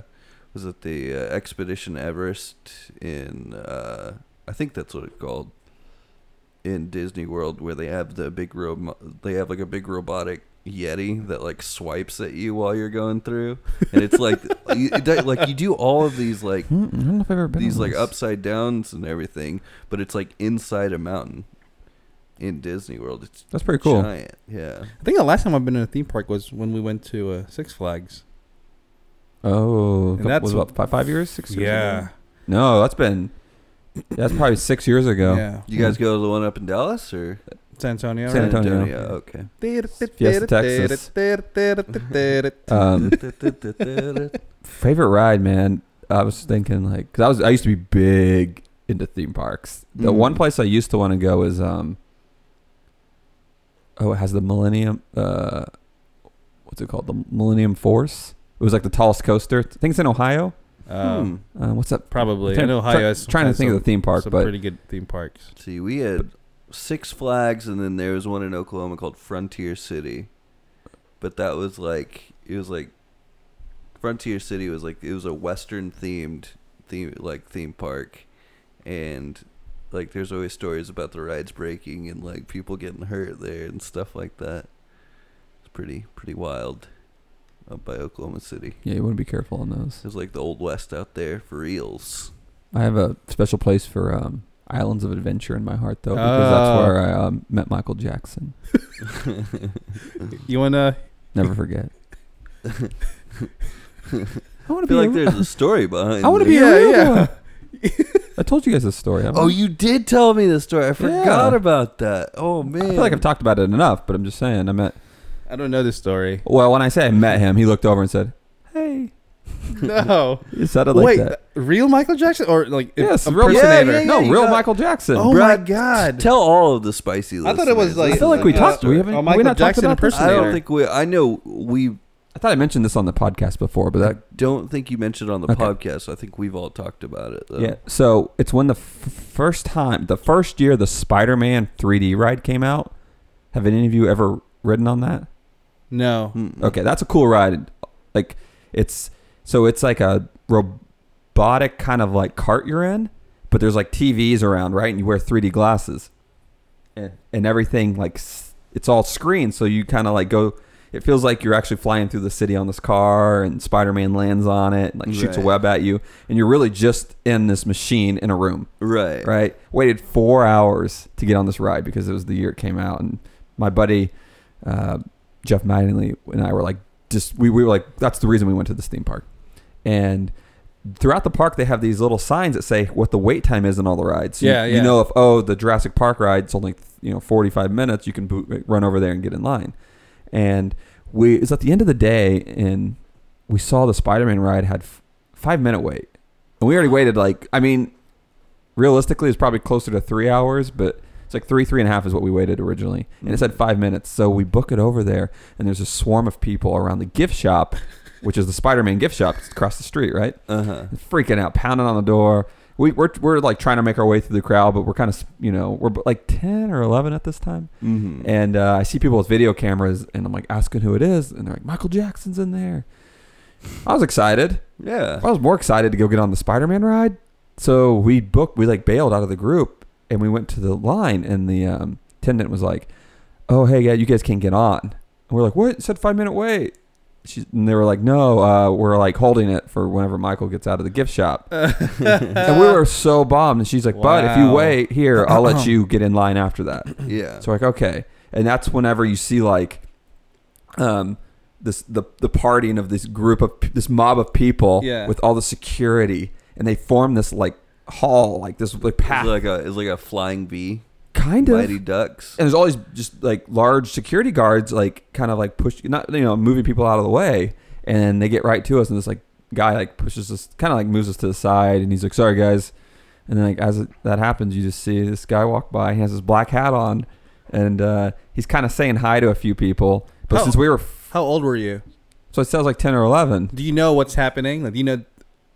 [SPEAKER 3] was it the uh, Expedition Everest in uh, I think that's what it's called in Disney World, where they have the big ro- they have like a big robotic yeti that like swipes at you while you're going through, and it's like you, it do- like you do all of these like
[SPEAKER 4] Hmm, I don't know if I've ever been
[SPEAKER 3] these
[SPEAKER 4] on
[SPEAKER 3] like
[SPEAKER 4] this.
[SPEAKER 3] upside downs and everything, but it's like inside a mountain in Disney World. It's
[SPEAKER 4] That's pretty cool.
[SPEAKER 3] giant, yeah.
[SPEAKER 2] I think the last time I've been in a theme park was when we went to uh, Six Flags.
[SPEAKER 4] Oh,
[SPEAKER 2] And
[SPEAKER 4] that
[SPEAKER 2] that's
[SPEAKER 4] was
[SPEAKER 2] what-
[SPEAKER 4] about five, five years, six years. ago? no, that's been that's probably six years ago.
[SPEAKER 2] yeah.
[SPEAKER 3] You guys go to the one up in Dallas, or
[SPEAKER 2] San Antonio.
[SPEAKER 4] San
[SPEAKER 2] right?
[SPEAKER 4] Antonio.
[SPEAKER 3] Okay.
[SPEAKER 4] Fiesta, Texas. Um, favorite ride, man. I was thinking like, cause I was I used to be big into theme parks. The
[SPEAKER 3] Mm.
[SPEAKER 4] one place I used to want to go is um. Oh, it has the Millennium. Uh, what's it called? The Millennium Force. It was like the tallest coaster. I think it's in Ohio.
[SPEAKER 2] Um,
[SPEAKER 3] Hmm.
[SPEAKER 4] Uh, what's that?
[SPEAKER 2] Probably.
[SPEAKER 4] Try-
[SPEAKER 2] I know Ohio has
[SPEAKER 4] trying to
[SPEAKER 2] has
[SPEAKER 4] think
[SPEAKER 2] some,
[SPEAKER 4] of the theme park,
[SPEAKER 2] some
[SPEAKER 4] but
[SPEAKER 2] pretty good theme parks.
[SPEAKER 3] See, we had Six Flags, and then there was one in Oklahoma called Frontier City. But that was like it was like Frontier City was like it was a Western themed theme like theme park, and like there's always stories about the rides breaking and like people getting hurt there and stuff like that. It's pretty pretty wild up by Oklahoma City.
[SPEAKER 4] yeah, you want to be careful on those.
[SPEAKER 3] It was like the old west out there for reals.
[SPEAKER 4] I have a special place for um, Islands of Adventure in my heart, though, because
[SPEAKER 2] Oh.
[SPEAKER 4] that's where I um, met Michael Jackson.
[SPEAKER 2] You wanna?
[SPEAKER 4] Never forget. I
[SPEAKER 3] I
[SPEAKER 4] want to be.
[SPEAKER 3] feel
[SPEAKER 4] a
[SPEAKER 3] like there's a story behind.
[SPEAKER 4] I want
[SPEAKER 3] it.
[SPEAKER 4] to be
[SPEAKER 2] Yeah,
[SPEAKER 4] a real
[SPEAKER 2] yeah.
[SPEAKER 4] one. I told you guys this story. haven't
[SPEAKER 3] Oh,
[SPEAKER 4] I?
[SPEAKER 3] you did tell me the story. I forgot
[SPEAKER 4] Yeah.
[SPEAKER 3] about that. Oh
[SPEAKER 4] I
[SPEAKER 3] man,
[SPEAKER 4] feel like I've talked about it enough, but I'm just saying. I met.
[SPEAKER 2] I don't know this story.
[SPEAKER 4] Well, when I say I met him, he looked over and said, "Hey."
[SPEAKER 2] No.
[SPEAKER 4] He said it like
[SPEAKER 2] Wait,
[SPEAKER 4] that.
[SPEAKER 2] real Michael Jackson or like a-
[SPEAKER 4] Yes,
[SPEAKER 2] a
[SPEAKER 4] real
[SPEAKER 2] impersonator?
[SPEAKER 3] uh, Yeah, yeah, yeah.
[SPEAKER 4] no,
[SPEAKER 3] you
[SPEAKER 4] real
[SPEAKER 3] got-
[SPEAKER 4] Michael Jackson.
[SPEAKER 2] Oh
[SPEAKER 3] Bruh,
[SPEAKER 2] my
[SPEAKER 3] t-
[SPEAKER 2] God.
[SPEAKER 3] Tell all of the spicy.
[SPEAKER 2] I thought it was
[SPEAKER 3] listeners.
[SPEAKER 2] like
[SPEAKER 4] I feel like we
[SPEAKER 2] uh,
[SPEAKER 4] talked- we haven't-
[SPEAKER 2] a
[SPEAKER 4] we
[SPEAKER 2] Michael
[SPEAKER 4] not talked
[SPEAKER 2] Jackson
[SPEAKER 4] about this?
[SPEAKER 3] I
[SPEAKER 2] impersonator.
[SPEAKER 3] don't think we. I know we.
[SPEAKER 4] I thought I mentioned this on the podcast before, but that
[SPEAKER 3] Don't think you mentioned on the
[SPEAKER 4] Okay.
[SPEAKER 3] podcast. I think we've all talked about it. Though.
[SPEAKER 4] Yeah. So it's when the f- first time, the first year the Spider Man 3D ride came out. Have any of you ever ridden on that?
[SPEAKER 2] No.
[SPEAKER 3] Mm-mm.
[SPEAKER 4] Okay, that's a cool ride. Like, it's so it's like a robotic kind of like cart you're in, but there's like TVs around, right? And you wear 3D glasses, and and everything like s- it's all screen, so you kind of like go. It feels like you're actually flying through the city on this car, and Spider Man lands on it, and like shoots a
[SPEAKER 3] Right.
[SPEAKER 4] web at you, and you're really just in this machine in a room
[SPEAKER 3] Right.
[SPEAKER 4] right? Waited four hours to get on this ride because it was the year it came out, and my buddy uh, Jeff Mattingly and I were like, just we, we were like, that's the reason we went to this theme park. And throughout the park, they have these little signs that say what the wait time is on all the rides. You-
[SPEAKER 2] Yeah,
[SPEAKER 4] you,
[SPEAKER 2] yeah.
[SPEAKER 4] know if oh the Jurassic Park ride's only you know forty five minutes, you can boot, run over there and get in line. And we it's at the end of the day, and we saw the Spider Man ride had f- five minute wait, and we already waited like I mean realistically it's probably closer to three hours, but it's like three, three and a half is what we waited originally.
[SPEAKER 2] Mm.
[SPEAKER 4] And it said five minutes. So we book it over there and there's a swarm of people around the gift shop, which is the Spider Man gift shop. It's across the street, right?
[SPEAKER 3] Uh huh.
[SPEAKER 4] Freaking out, pounding on the door. We, we're, we're like trying to make our way through the crowd, but we're kind of, you know, we're like 10 or 11 at this time.
[SPEAKER 3] Mm-hmm.
[SPEAKER 4] And uh, I see people with video cameras and I'm like asking who it is. And they're like, Michael Jackson's in there. I was excited.
[SPEAKER 3] yeah.
[SPEAKER 4] I was more excited to go get on the Spider Man ride. So we booked, we like bailed out of the group and we went to the line and the um, attendant was like, oh, hey, yeah, you guys can't get on. And we're like, what? It said five minute wait. She's, and they were like, no, uh, we're like holding it for whenever Michael gets out of the gift shop. and we were so bummed. And she's like, but if you
[SPEAKER 2] Wow.
[SPEAKER 4] wait here, I'll let you get in line after that.
[SPEAKER 3] Yeah.
[SPEAKER 4] So like okay, and that's whenever you see like, um, this the the partying of this group of this mob of people
[SPEAKER 2] Yeah.
[SPEAKER 4] with all the security, and they form this like hall, like this like path,
[SPEAKER 3] It's like a it's like a flying bee.
[SPEAKER 4] kind of.
[SPEAKER 3] Mighty ducks.
[SPEAKER 4] And there's always just like large security guards, like kind of like push, not you know, moving people out of the way, and they get right to us, and this like guy like pushes us, kind of like moves us to the side, and he's like, "Sorry, guys." And then like as it, that happens, you just see this guy walk by. He has his black hat on, and uh, he's kind of saying hi to a few people. But
[SPEAKER 2] How-
[SPEAKER 4] since we were, f-
[SPEAKER 2] How old were you?
[SPEAKER 4] so it sounds like ten or eleven.
[SPEAKER 2] Do you know what's happening? Like, do you know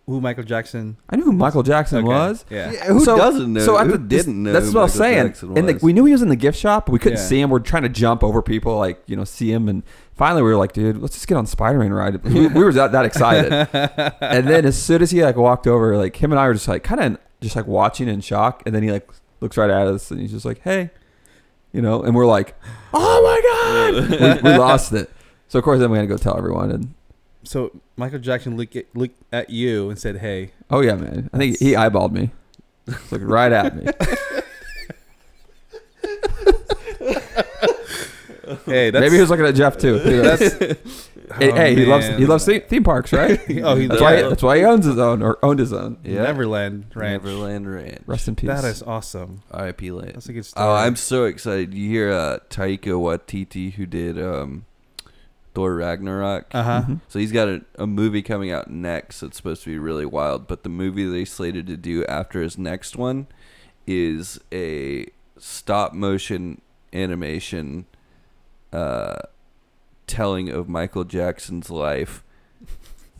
[SPEAKER 2] who Michael Jackson
[SPEAKER 4] I knew who Michael Jackson
[SPEAKER 2] okay.
[SPEAKER 4] was.
[SPEAKER 2] Yeah.
[SPEAKER 3] Yeah, who
[SPEAKER 4] So-
[SPEAKER 3] doesn't know?
[SPEAKER 4] So at
[SPEAKER 3] who
[SPEAKER 4] the, this-
[SPEAKER 3] didn't know?
[SPEAKER 4] That's
[SPEAKER 3] who
[SPEAKER 4] what I was
[SPEAKER 3] Michael
[SPEAKER 4] saying.
[SPEAKER 3] Jackson
[SPEAKER 4] And the,
[SPEAKER 3] was?
[SPEAKER 4] we knew he was in the gift shop, but we couldn't
[SPEAKER 2] Yeah.
[SPEAKER 4] see him. We're trying to jump over people, like you know, see him. And finally, we were like, "Dude, let's just get on Spider Man ride." We, we were that, that excited. and then as soon as he like walked over, like him and I were just like kind of just like watching in shock. And then he like looks right at us and he's just like, "Hey," you know, and we're like, "Oh my god!" we, we lost it. So of course, then we had to go tell everyone. And
[SPEAKER 2] So Michael Jackson looked at, looked at you and said, "Hey,
[SPEAKER 4] oh yeah, man, I think he eyeballed me, Just looked right at me.
[SPEAKER 2] hey, that's
[SPEAKER 4] Maybe he was looking at Jeff too. Who knows?
[SPEAKER 2] that's
[SPEAKER 4] Hey,
[SPEAKER 2] Oh,
[SPEAKER 4] hey, he loves
[SPEAKER 2] man.
[SPEAKER 4] he loves theme theme parks, right?
[SPEAKER 2] Oh, he does.
[SPEAKER 4] that's why that's why he owns his own or owned his own.
[SPEAKER 3] Yeah.
[SPEAKER 2] Neverland Ranch.
[SPEAKER 3] Neverland Ranch.
[SPEAKER 4] Rest in peace.
[SPEAKER 2] That is awesome.
[SPEAKER 3] R.I.P. Land.
[SPEAKER 2] That's a good story.
[SPEAKER 3] Oh, I'm so excited. You hear uh, Taika Waititi, who did um, Thor Ragnarok.
[SPEAKER 2] Uh huh.
[SPEAKER 4] Mhm.
[SPEAKER 3] So he's got a, a movie coming out next that's supposed to be really wild. But the movie they slated to do after his next one is a stop motion animation uh, telling of Michael Jackson's life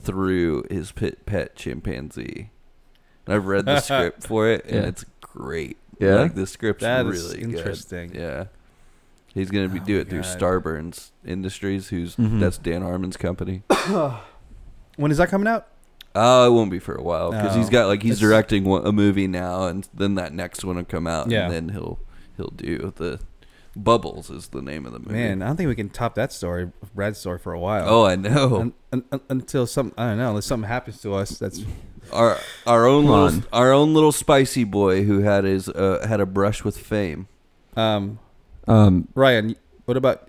[SPEAKER 3] through his pit, pet chimpanzee. And I've read the script for it, and
[SPEAKER 4] Yeah.
[SPEAKER 3] it's great.
[SPEAKER 4] Yeah?
[SPEAKER 3] like the script's
[SPEAKER 2] That
[SPEAKER 3] really
[SPEAKER 2] is
[SPEAKER 3] good.
[SPEAKER 2] interesting.
[SPEAKER 3] Yeah. He's gonna be
[SPEAKER 2] Oh
[SPEAKER 3] do
[SPEAKER 2] my
[SPEAKER 3] it through
[SPEAKER 2] God.
[SPEAKER 3] Starburns Industries, who's
[SPEAKER 4] Mhm.
[SPEAKER 3] that's Dan Harmon's company.
[SPEAKER 2] When is that coming out?
[SPEAKER 3] Oh, it won't be for a while because he's
[SPEAKER 2] No.
[SPEAKER 3] got like he's
[SPEAKER 2] It's-
[SPEAKER 3] directing one, a movie now, and then that next one will come out,
[SPEAKER 2] Yeah.
[SPEAKER 3] and then he'll he'll do the Bubbles is the name of the movie.
[SPEAKER 2] Man, I don't think we can top that story, Brad's story, for a while.
[SPEAKER 3] oh, I know
[SPEAKER 2] Un- un- un- until some I don't know, unless something happens to us. That's
[SPEAKER 3] our our own
[SPEAKER 4] Come
[SPEAKER 3] little,
[SPEAKER 4] on.
[SPEAKER 3] our own little spicy boy who had his uh, had a brush with fame.
[SPEAKER 2] um,
[SPEAKER 4] Um,
[SPEAKER 2] Ryan. What about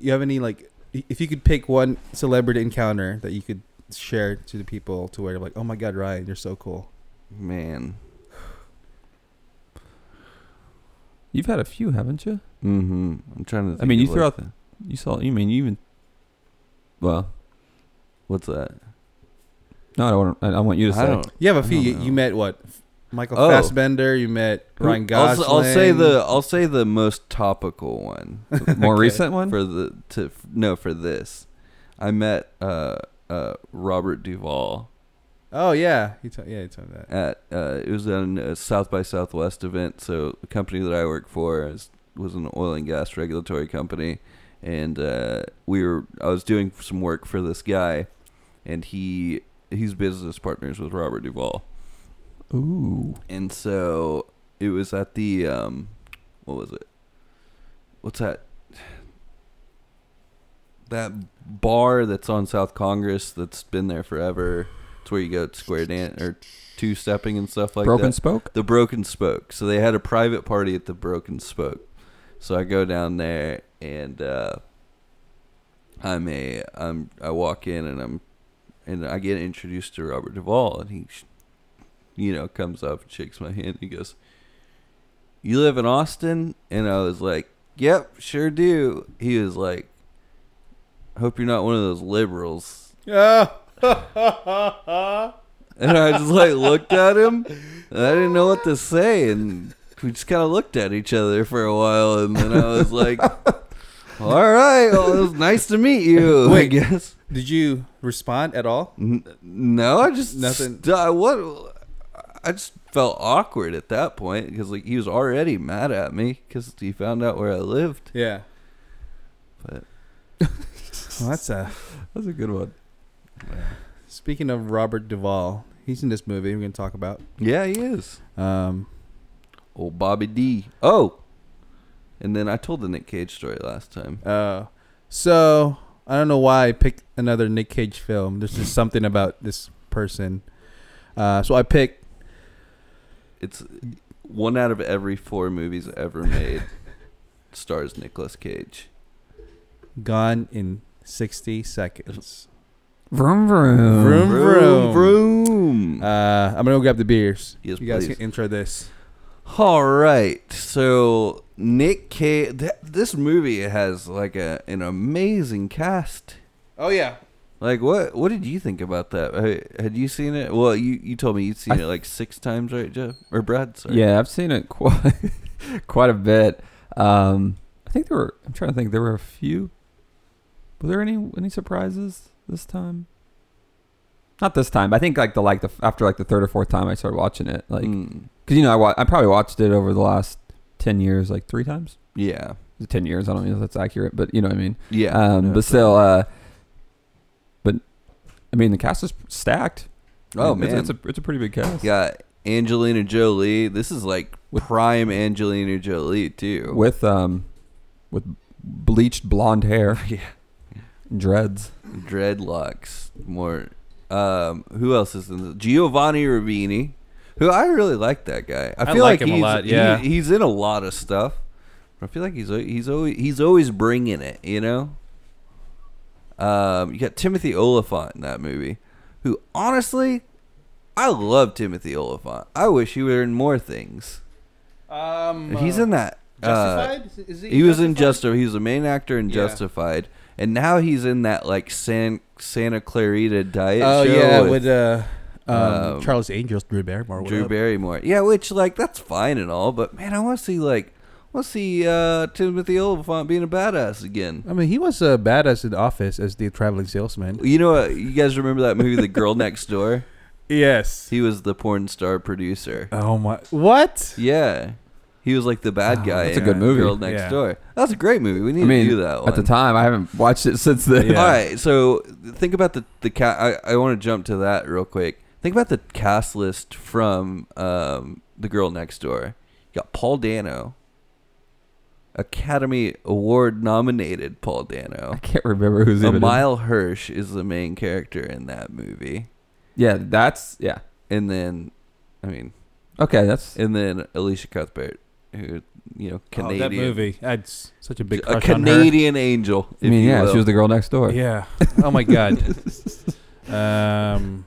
[SPEAKER 2] you? Have any like i- if you could pick one celebrity encounter that you could share to the people to where you're like, oh my god, Ryan, you're so cool.
[SPEAKER 3] Man,
[SPEAKER 4] you've had a few, haven't you?
[SPEAKER 3] mm-hmm. I'm trying to. Think
[SPEAKER 4] I mean,
[SPEAKER 3] of
[SPEAKER 4] you
[SPEAKER 3] like
[SPEAKER 4] threw out
[SPEAKER 3] the-
[SPEAKER 4] You saw. You mean you even? Well,
[SPEAKER 3] what's that?
[SPEAKER 4] no, I don't. Want, I, I want you to say.
[SPEAKER 3] I don't.
[SPEAKER 2] You have a few.
[SPEAKER 3] don't
[SPEAKER 2] You,
[SPEAKER 3] know.
[SPEAKER 2] you met what? Michael
[SPEAKER 3] Oh.
[SPEAKER 2] Fassbender. You met Ryan
[SPEAKER 3] I'll,
[SPEAKER 2] Gosling.
[SPEAKER 3] s- I'll say the I'll say the most topical one
[SPEAKER 4] More recent one.
[SPEAKER 3] for the to no for this. I met uh uh Robert Duvall
[SPEAKER 2] Oh yeah, you t- yeah you told me that.
[SPEAKER 3] at uh it was an a South by Southwest event. So the company that I work for is, was an oil and gas regulatory company, and uh, we were I was doing some work for this guy, and he he's business partners with Robert Duvall.
[SPEAKER 4] Ooh.
[SPEAKER 3] And so it was at the um what was it? What's that? That bar that's on South Congress that's been there forever. It's where you go to square dance or two stepping and stuff like
[SPEAKER 4] Broken
[SPEAKER 3] that.
[SPEAKER 4] spoke.
[SPEAKER 3] The Broken Spoke. So they had a private party at the Broken Spoke. So I go down there and uh, I'm a I'm I walk in and I'm and I get introduced to Robert Duvall and he sh- you know comes up and shakes my hand and he goes, "You live in Austin?" And I was like, "Yep, sure do." He was like, "Hope you're not one of those liberals."
[SPEAKER 2] Oh,
[SPEAKER 3] And I just like looked at him. And I didn't know what to say, and we just kind of looked at each other for a while, and then I was like, "All right, well, it was nice to meet you." I
[SPEAKER 2] Wait.
[SPEAKER 3] guess.
[SPEAKER 2] Did you respond at all?
[SPEAKER 3] N- no, I just
[SPEAKER 2] Nothing.
[SPEAKER 3] st- I- what? I just felt awkward at that point because like he was already mad at me because he found out where I lived.
[SPEAKER 2] Yeah.
[SPEAKER 3] But
[SPEAKER 2] Well, that's a.
[SPEAKER 4] That's a good one.
[SPEAKER 2] Speaking of Robert Duvall, he's in this movie we're going to talk about.
[SPEAKER 3] yeah, he is
[SPEAKER 2] Um,
[SPEAKER 3] old Bobby D. Oh, and then I told the Nick Cage story last time.
[SPEAKER 2] uh, so I don't know why I picked another Nick Cage film. There's just something about this person. Uh, so I picked.
[SPEAKER 3] It's one out of every four movies ever made stars Nicolas Cage.
[SPEAKER 2] Gone in 60 Seconds.
[SPEAKER 4] Vroom vroom.
[SPEAKER 2] Vroom.
[SPEAKER 3] Vroom, vroom.
[SPEAKER 2] Uh, I'm going to go grab the beers.
[SPEAKER 3] Yes,
[SPEAKER 2] you guys
[SPEAKER 3] please.
[SPEAKER 2] can intro this.
[SPEAKER 3] All right. So Nick Cage. Th- this movie has like a an amazing cast.
[SPEAKER 2] Oh, yeah.
[SPEAKER 3] Like what? What did you think about that? Ha- Had you seen it? Well, you, you told me you'd seen
[SPEAKER 4] I-
[SPEAKER 3] it like six times, right, Jeff or Brad? Sorry.
[SPEAKER 4] Yeah, I've seen it quite quite a bit. Um, I think there were. I'm trying to think. There were a few. Were there any any surprises this time? Not this time. but I think like the like the after like the third or fourth time I started watching it, like because
[SPEAKER 3] Mm,
[SPEAKER 4] you know I wa- I probably watched it over the last ten years like three times.
[SPEAKER 3] yeah.
[SPEAKER 4] Ten years. I don't know if that's accurate, but you know what I mean.
[SPEAKER 3] Yeah.
[SPEAKER 4] Um,
[SPEAKER 3] No,
[SPEAKER 4] but
[SPEAKER 3] sorry.
[SPEAKER 4] still, uh, but I mean the cast is stacked.
[SPEAKER 3] Oh
[SPEAKER 4] It's-
[SPEAKER 3] man.
[SPEAKER 4] it's a it's a pretty big cast.
[SPEAKER 3] got Angelina Jolie. This is like
[SPEAKER 4] With-
[SPEAKER 3] prime Angelina Jolie too.
[SPEAKER 4] with um with bleached blonde hair
[SPEAKER 3] Yeah.
[SPEAKER 4] dreads
[SPEAKER 3] dreadlocks more um who else is in the giovanni rubini who i really like that guy i
[SPEAKER 2] I
[SPEAKER 3] feel
[SPEAKER 2] like him a
[SPEAKER 3] he's,
[SPEAKER 2] lot,
[SPEAKER 3] he-
[SPEAKER 2] yeah.
[SPEAKER 3] he's in a lot of stuff but i feel like he's al- he's always he's always bringing it you know Um, you got Timothy Oliphant in that movie, who honestly, I love Timothy Oliphant. I wish he were in more things.
[SPEAKER 2] Um,
[SPEAKER 3] He's in that. uh,
[SPEAKER 2] Justified? Is
[SPEAKER 3] he was in Justified. He was the main actor in
[SPEAKER 2] Yeah.
[SPEAKER 3] Justified, and now he's in that like San, Santa Clarita Diet
[SPEAKER 2] Oh
[SPEAKER 3] show
[SPEAKER 2] yeah,
[SPEAKER 3] with,
[SPEAKER 2] with, uh, um,
[SPEAKER 3] um,
[SPEAKER 2] Charles Angels, Drew Barrymore. what
[SPEAKER 3] Drew
[SPEAKER 2] up?
[SPEAKER 3] Barrymore. Yeah, which like that's fine and all, but man, I want to see like I want to see uh, Timothy Oliphant being a badass again.
[SPEAKER 2] I mean, he was a badass in Office as the traveling salesman.
[SPEAKER 3] You know what? You guys remember that movie, The Girl Next Door?
[SPEAKER 2] Yes.
[SPEAKER 3] He was the porn star producer.
[SPEAKER 4] Uh,
[SPEAKER 2] Oh my! What?
[SPEAKER 3] Yeah, he was like the bad
[SPEAKER 4] Oh,
[SPEAKER 3] guy.
[SPEAKER 4] that's a
[SPEAKER 3] in uh,
[SPEAKER 4] good movie.
[SPEAKER 3] Girl Next
[SPEAKER 2] Yeah.
[SPEAKER 3] Door. That's a great movie. We need
[SPEAKER 4] I mean,
[SPEAKER 3] to do that one.
[SPEAKER 4] at the time, I haven't watched it since then.
[SPEAKER 2] Yeah.
[SPEAKER 3] All right, so think about the the cat. I, I want to jump to that real quick. Think about the cast list from um, the Girl Next Door. You got Paul Dano, Academy Award nominated Paul
[SPEAKER 4] I
[SPEAKER 3] Dano.
[SPEAKER 4] can't remember who's even. in-
[SPEAKER 3] Emile Hirsch is the main character in that movie,
[SPEAKER 4] Yeah, that's yeah.
[SPEAKER 3] and then, I mean,
[SPEAKER 4] Okay, that's
[SPEAKER 3] and then Alicia Cuthbert, who you know Canadian,
[SPEAKER 2] Oh, that movie. I had s- such a big
[SPEAKER 3] a
[SPEAKER 2] crush
[SPEAKER 3] Canadian angel.
[SPEAKER 4] I mean,
[SPEAKER 3] if you
[SPEAKER 4] yeah,
[SPEAKER 3] will.
[SPEAKER 4] she was the girl next door.
[SPEAKER 2] on her. Yeah. Oh my god. um.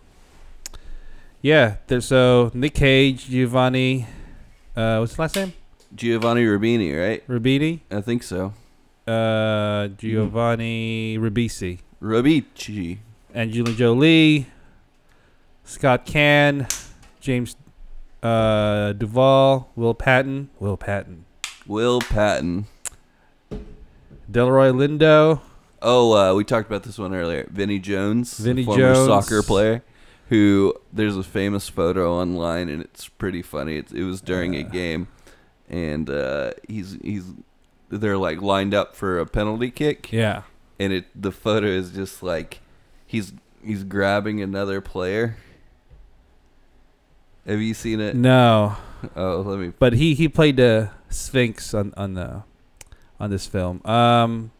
[SPEAKER 2] Yeah. There's so Nick Cage, Giovanni. Uh, what's his last name?
[SPEAKER 3] Giovanni Rubini, right?
[SPEAKER 2] Ribisi.
[SPEAKER 3] I think so.
[SPEAKER 2] Uh, Giovanni Ribisi.
[SPEAKER 3] Rubici.
[SPEAKER 2] Angelina Jolie, Scott Can, James uh, Duvall, Will Patton, Will Patton,
[SPEAKER 3] Will Patton.
[SPEAKER 2] Delroy Lindo.
[SPEAKER 3] Oh, uh, we talked about this one earlier. Vinny Jones, the
[SPEAKER 2] Vinny
[SPEAKER 3] former
[SPEAKER 2] Jones.
[SPEAKER 3] soccer player, who there's a famous photo online, and it's pretty funny. It, it was during
[SPEAKER 2] Uh.
[SPEAKER 3] a game, and uh, he's he's they're like lined up for a penalty kick,
[SPEAKER 2] Yeah.
[SPEAKER 3] and it the photo is just like he's he's grabbing another player. Have you seen it?
[SPEAKER 2] No,
[SPEAKER 3] Oh, let me.
[SPEAKER 2] but he he played the Sphinx on on the on this film. Um,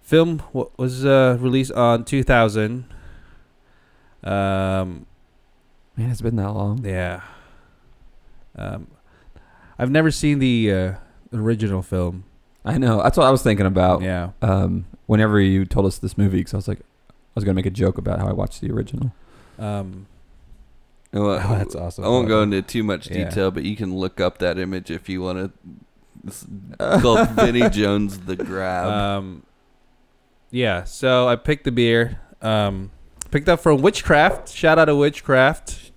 [SPEAKER 2] film w- was uh, released on 2000. Um,
[SPEAKER 4] Man, it's been that long.
[SPEAKER 2] Yeah. Um, I've never seen the uh, original film.
[SPEAKER 4] I know. That's what I was thinking about.
[SPEAKER 2] Yeah.
[SPEAKER 4] Um, whenever you told us this movie, because I was like, I was gonna make a joke about how I watched the original.
[SPEAKER 2] Um,
[SPEAKER 3] Oh,
[SPEAKER 2] Oh, that's awesome.
[SPEAKER 3] I won't go into too much
[SPEAKER 2] Yeah.
[SPEAKER 3] detail, but you can look up that image if you want to. It's called Vinny Jones the Grab.
[SPEAKER 2] Um, yeah, so I picked the beer. Um, picked up from Witchcraft. Shout out to Witchcraft.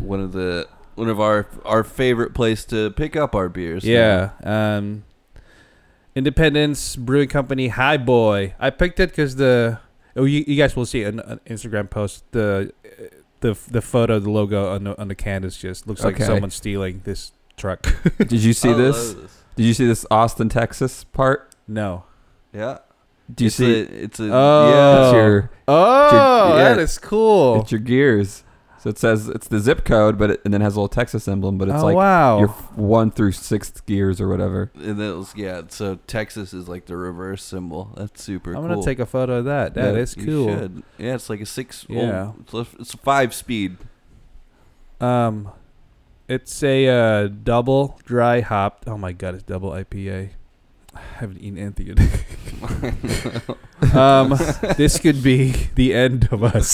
[SPEAKER 3] one of the one of our our favorite place to pick up our beers.
[SPEAKER 2] Yeah. Um, Independence Brewing Company High Boy. I picked it because the oh you, you guys will see an, an Instagram post the the the photo the logo on the on the can is just looks like
[SPEAKER 4] Okay.
[SPEAKER 2] someone stealing this truck.
[SPEAKER 4] Did you see
[SPEAKER 3] I love
[SPEAKER 4] this? Did you see this Austin, Texas part?
[SPEAKER 2] No.
[SPEAKER 3] Yeah.
[SPEAKER 4] Do you
[SPEAKER 3] it's
[SPEAKER 4] see?
[SPEAKER 3] A, it's a
[SPEAKER 2] Oh.
[SPEAKER 4] It's your
[SPEAKER 2] Oh,
[SPEAKER 4] yeah.
[SPEAKER 2] that is cool.
[SPEAKER 4] it's your gears. So it says it's the zip code, but it, and then has a little Texas emblem, but it's
[SPEAKER 2] oh
[SPEAKER 4] like
[SPEAKER 2] wow.
[SPEAKER 4] your f- one through sixth gears or whatever.
[SPEAKER 3] yeah. And that was yeah. So Texas is like the reverse symbol. That's super.
[SPEAKER 2] I'm
[SPEAKER 3] cool.
[SPEAKER 2] gonna take a photo of that. That
[SPEAKER 4] Yeah,
[SPEAKER 2] is
[SPEAKER 3] You
[SPEAKER 2] cool.
[SPEAKER 3] should. Yeah, it's like a six.
[SPEAKER 2] Yeah.
[SPEAKER 3] Yeah. it's a five speed.
[SPEAKER 2] Um, it's a uh, double dry hop. Oh my god, it's double IPA. I haven't eaten anything yet. um, this could be the end of us.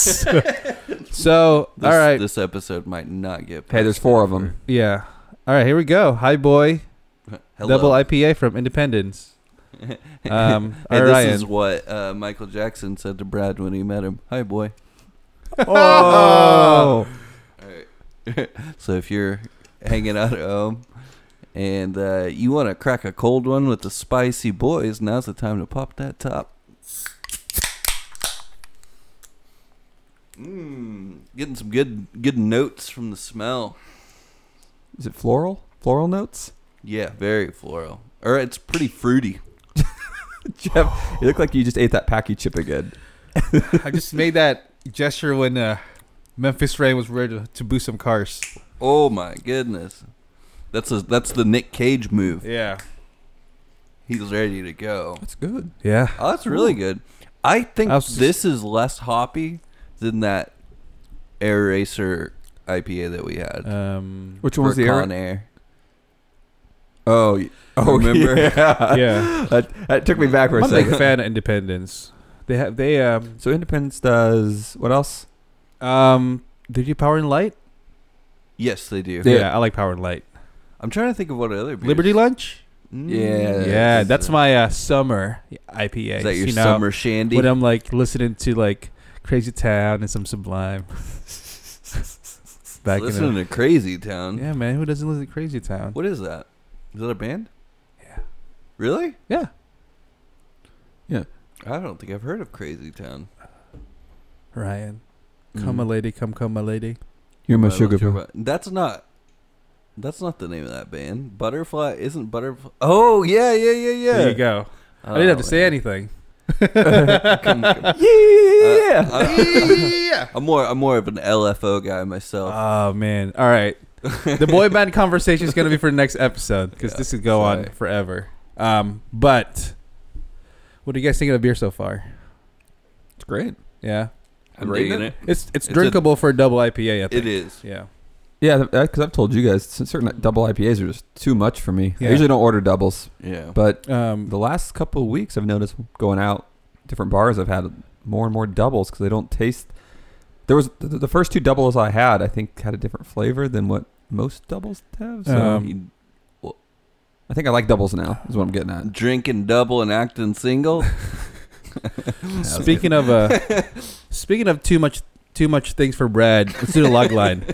[SPEAKER 2] so,
[SPEAKER 3] This,
[SPEAKER 2] all right,
[SPEAKER 3] This episode might not get.
[SPEAKER 4] Hey, there's
[SPEAKER 3] past
[SPEAKER 4] four
[SPEAKER 3] that
[SPEAKER 4] of them.
[SPEAKER 2] yeah, all right, here we go. Hi, boy,
[SPEAKER 3] for- Hello.
[SPEAKER 2] double IPA from Independence. Um,
[SPEAKER 3] Hey,
[SPEAKER 2] all
[SPEAKER 3] this
[SPEAKER 2] right.
[SPEAKER 3] is what uh, Michael Jackson said to Brad when he met him. Hi, boy.
[SPEAKER 2] oh,
[SPEAKER 3] So if you're hanging out at home and uh, you want to crack a cold one with the spicy boys, now's the time to pop that top. Mmm, getting some good good notes from the smell.
[SPEAKER 4] Is it floral? Floral notes?
[SPEAKER 3] Yeah, very floral. Or it's pretty fruity.
[SPEAKER 4] Jeff, you look like you just ate that packy chip again.
[SPEAKER 2] I just made that gesture when uh, Memphis Ray was ready to, to boost some cars.
[SPEAKER 3] Oh my goodness, that's a that's the Nick Cage move.
[SPEAKER 2] Yeah,
[SPEAKER 3] He's ready to go.
[SPEAKER 4] That's good.
[SPEAKER 2] yeah.
[SPEAKER 3] Oh, that's really good. I think
[SPEAKER 2] I was just-
[SPEAKER 3] this is less hoppy than that Air Racer IPA that we had.
[SPEAKER 2] Um,
[SPEAKER 4] Which
[SPEAKER 3] for
[SPEAKER 4] one was the
[SPEAKER 3] Con
[SPEAKER 4] air?
[SPEAKER 3] Air? Oh,
[SPEAKER 4] Oh, y- oh,
[SPEAKER 3] Remember?
[SPEAKER 4] Yeah.
[SPEAKER 2] Oh, yeah.
[SPEAKER 4] Oh, that, that took me back for a
[SPEAKER 2] I'm a big
[SPEAKER 4] second.
[SPEAKER 2] fan of Independence. They have they um
[SPEAKER 4] So Independence does what else?
[SPEAKER 2] um. Did you Power and Light?
[SPEAKER 3] Yes, they do.
[SPEAKER 4] Yeah.
[SPEAKER 2] I like Power and Light.
[SPEAKER 3] I'm trying to think of what other beers.
[SPEAKER 2] Liberty Lunch.
[SPEAKER 3] Mm.
[SPEAKER 4] Yeah,
[SPEAKER 2] Yeah,
[SPEAKER 3] Is
[SPEAKER 2] that's
[SPEAKER 3] that-
[SPEAKER 2] my uh, summer IPA.
[SPEAKER 3] Is that your
[SPEAKER 2] you know,
[SPEAKER 3] summer shandy?
[SPEAKER 2] When I'm like listening to like Crazy Town and some Sublime. Back
[SPEAKER 3] Listening
[SPEAKER 2] in
[SPEAKER 3] to Crazy
[SPEAKER 2] the,
[SPEAKER 3] Town.
[SPEAKER 2] yeah, man, who doesn't listen to Crazy Town?
[SPEAKER 3] What is that? Is that a band?
[SPEAKER 2] Yeah.
[SPEAKER 3] Really?
[SPEAKER 2] Yeah,
[SPEAKER 3] I don't think I've heard of Crazy Town.
[SPEAKER 2] Ryan, come
[SPEAKER 3] Mm.
[SPEAKER 2] a lady, come come a lady.
[SPEAKER 4] You're my
[SPEAKER 3] But I
[SPEAKER 4] sugar
[SPEAKER 3] don't care
[SPEAKER 4] pill.
[SPEAKER 3] about- That's not. That's not the name of that band. Butterfly isn't butterfly. Oh yeah, yeah, yeah, yeah. Oh,
[SPEAKER 2] There you go. I didn't have to say anything.
[SPEAKER 4] Yeah.
[SPEAKER 3] yeah. Uh, I'm more. I'm more of an LFO guy myself.
[SPEAKER 2] Oh man! All right, the boy band conversation is going to be for the next episode because
[SPEAKER 3] Yeah,
[SPEAKER 2] this could go on
[SPEAKER 3] sorry.
[SPEAKER 2] forever. Um, but what are you guys thinking of beer so far?
[SPEAKER 4] It's great.
[SPEAKER 2] Yeah,
[SPEAKER 3] I'm
[SPEAKER 4] Rating
[SPEAKER 3] digging it.
[SPEAKER 2] it's it's,
[SPEAKER 3] It's a-
[SPEAKER 2] drinkable for a double IPA. I think.
[SPEAKER 3] It is.
[SPEAKER 2] Yeah,
[SPEAKER 4] Yeah, because I've told you guys c- certain double IPAs are just too much for me.
[SPEAKER 2] Yeah.
[SPEAKER 4] I usually don't order doubles,
[SPEAKER 3] Yeah.
[SPEAKER 4] but
[SPEAKER 2] um,
[SPEAKER 4] the last couple of weeks I've noticed going out different bars I've had more and more doubles because they don't taste. There was the, the first two doubles I had I think had a different flavor than what most doubles have. So
[SPEAKER 2] Um,
[SPEAKER 3] You
[SPEAKER 4] I think I like doubles now. Is what I'm getting
[SPEAKER 3] Mm,
[SPEAKER 4] at.
[SPEAKER 3] drinking double and acting single.
[SPEAKER 2] speaking of uh, speaking of too much too much things for bread, let's do the log line.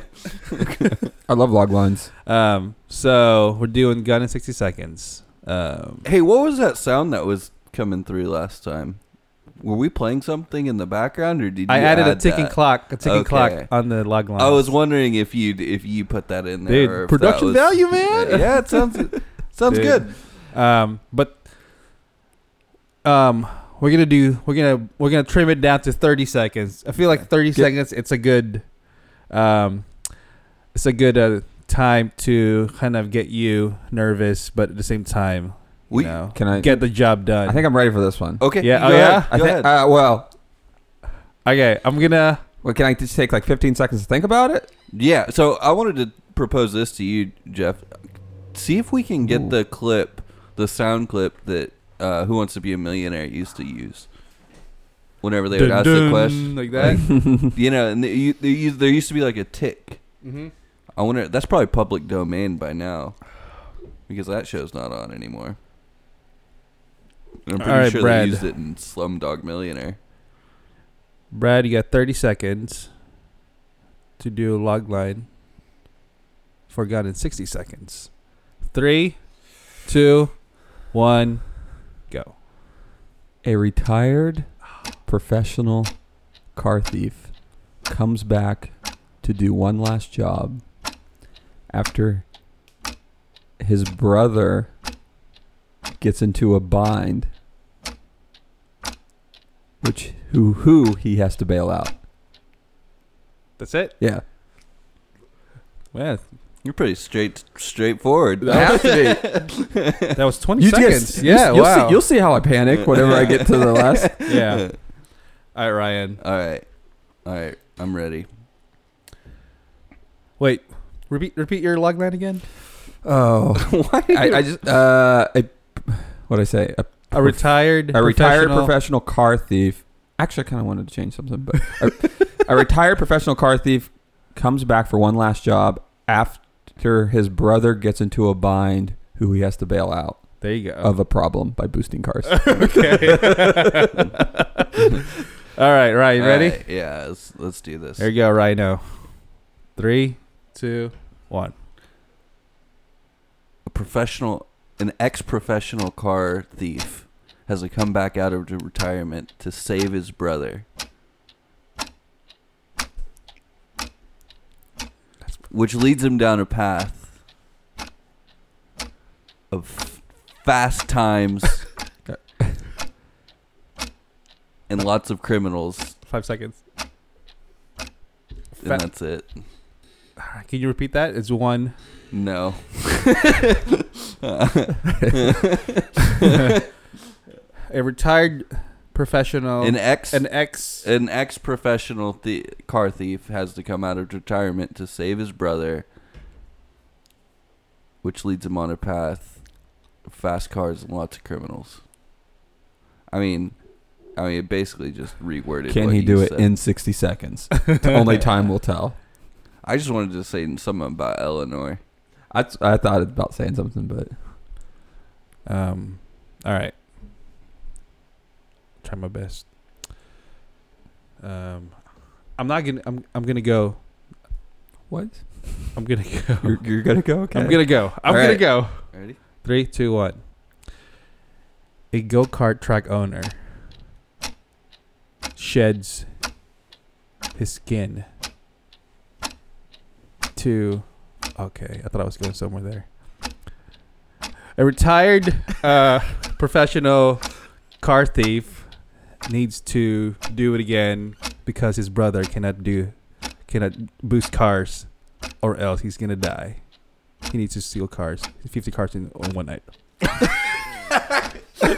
[SPEAKER 4] I love log lines.
[SPEAKER 2] Um, so we're doing gun in sixty seconds. Um,
[SPEAKER 3] Hey, what was that sound that was coming through last time? Were we playing something in the background, or did you
[SPEAKER 2] I added
[SPEAKER 3] add
[SPEAKER 2] a ticking
[SPEAKER 3] that?
[SPEAKER 2] clock, a ticking
[SPEAKER 3] Okay.
[SPEAKER 2] clock on the log line.
[SPEAKER 3] I was wondering if you if you put that in there.
[SPEAKER 2] Dude,
[SPEAKER 3] or if
[SPEAKER 2] production
[SPEAKER 3] that was-
[SPEAKER 2] value, man.
[SPEAKER 3] Yeah, yeah, it sounds sounds
[SPEAKER 2] Dude.
[SPEAKER 3] good.
[SPEAKER 2] Um, but um, we're gonna do we're gonna we're gonna trim it down to thirty seconds. I feel like thirty
[SPEAKER 4] Get-
[SPEAKER 2] seconds. It's a good um, it's a good uh, time to kind of get you nervous, but at the same time, you
[SPEAKER 3] We-
[SPEAKER 2] know,
[SPEAKER 4] Can I?
[SPEAKER 2] get the job done.
[SPEAKER 4] I think I'm ready for this one.
[SPEAKER 3] Okay.
[SPEAKER 2] Yeah,
[SPEAKER 3] Go
[SPEAKER 2] oh,
[SPEAKER 3] ahead.
[SPEAKER 2] yeah?
[SPEAKER 4] I
[SPEAKER 3] Go ahead.
[SPEAKER 4] think. Uh, well,
[SPEAKER 2] okay, I'm gonna.
[SPEAKER 4] well, can I just take like 15 seconds to think about it?
[SPEAKER 3] yeah. So I wanted to propose this to you, Jeff. See if we can get
[SPEAKER 4] Ooh.
[SPEAKER 3] the clip, the sound clip that uh, "Who Wants to Be a Millionaire" used to use. Whenever they would
[SPEAKER 2] Dun,
[SPEAKER 3] ask the
[SPEAKER 2] dun,
[SPEAKER 3] question,
[SPEAKER 2] like that.
[SPEAKER 3] you know, and they, you, they used, there used to be like a tick.
[SPEAKER 2] mm-hmm.
[SPEAKER 3] I wonder. That's probably public domain by now, because that show's not on anymore. And I'm pretty
[SPEAKER 2] All right,
[SPEAKER 3] sure
[SPEAKER 2] Brad.
[SPEAKER 3] they used it in Slumdog Millionaire.
[SPEAKER 2] Brad, you got 30 seconds to do a log line for God in 60 seconds. Three, two, one, go.
[SPEAKER 4] A retired professional car thief comes back to do one last job after his brother gets into a bind which who who he has to bail out.
[SPEAKER 2] That's it?
[SPEAKER 4] Yeah.
[SPEAKER 2] Yeah,
[SPEAKER 3] You're pretty straight, straightforward.
[SPEAKER 4] has to be.
[SPEAKER 2] that was 20 seconds. yeah,
[SPEAKER 4] you'll
[SPEAKER 2] wow.
[SPEAKER 4] see you'll see how I panic whenever I get to the last
[SPEAKER 2] yeah. All right, Ryan.
[SPEAKER 3] All right, all right. I'm ready.
[SPEAKER 2] Wait, repeat repeat your log line again?
[SPEAKER 4] Oh, I, I just uh, what would I say? A,
[SPEAKER 2] A retired
[SPEAKER 4] a retired
[SPEAKER 2] professional-
[SPEAKER 4] professional car thief. Actually, I kind of wanted to change something, but a, a retired professional car thief comes back for one last job after his brother gets into a bind, who he has to bail out
[SPEAKER 2] There you go.
[SPEAKER 3] Oh.
[SPEAKER 4] of a problem by boosting cars.
[SPEAKER 2] okay. All right, Ryan,
[SPEAKER 3] All
[SPEAKER 2] ready?
[SPEAKER 3] right, yeah, let's, let's do this.
[SPEAKER 2] There you go, Rhino. Three, two, one.
[SPEAKER 3] a professional, an ex-professional car thief, has to come back out of retirement to save his brother. Which leads him down a path of fast times and lots of criminals,
[SPEAKER 2] Five seconds.
[SPEAKER 3] and that's it.
[SPEAKER 2] Can you repeat that? It's one.
[SPEAKER 3] No.
[SPEAKER 2] a retired professional,
[SPEAKER 3] An
[SPEAKER 2] Oh, an,
[SPEAKER 3] ex
[SPEAKER 2] ex.
[SPEAKER 3] an ex-professional thi- car thief has to come out of retirement to save his brother, which leads him on a path of fast cars and lots of criminals. I mean, I mean, it basically just reworded.
[SPEAKER 4] Can
[SPEAKER 3] what
[SPEAKER 4] he
[SPEAKER 3] you
[SPEAKER 4] do it
[SPEAKER 3] said.
[SPEAKER 4] in 60 seconds? Only time will tell.
[SPEAKER 3] I just wanted to say something about Illinois.
[SPEAKER 4] I, I thought about saying something, but
[SPEAKER 2] Um, all right. Try my best. Um, I'm not gonna. I'm. I'm gonna go.
[SPEAKER 4] what?
[SPEAKER 2] I'm gonna go.
[SPEAKER 4] You're, you're gonna go? Okay.
[SPEAKER 2] I'm gonna go. I'm
[SPEAKER 3] All
[SPEAKER 2] gonna
[SPEAKER 3] right.
[SPEAKER 2] go.
[SPEAKER 3] Ready?
[SPEAKER 2] Three, two, one. A go kart track owner sheds his skin to. Okay, I thought I was going somewhere there. A retired uh, professional car thief needs to do it again because his brother cannot do cannot boost cars, or else he's gonna die. He needs to steal cars, fifty cars in on one night.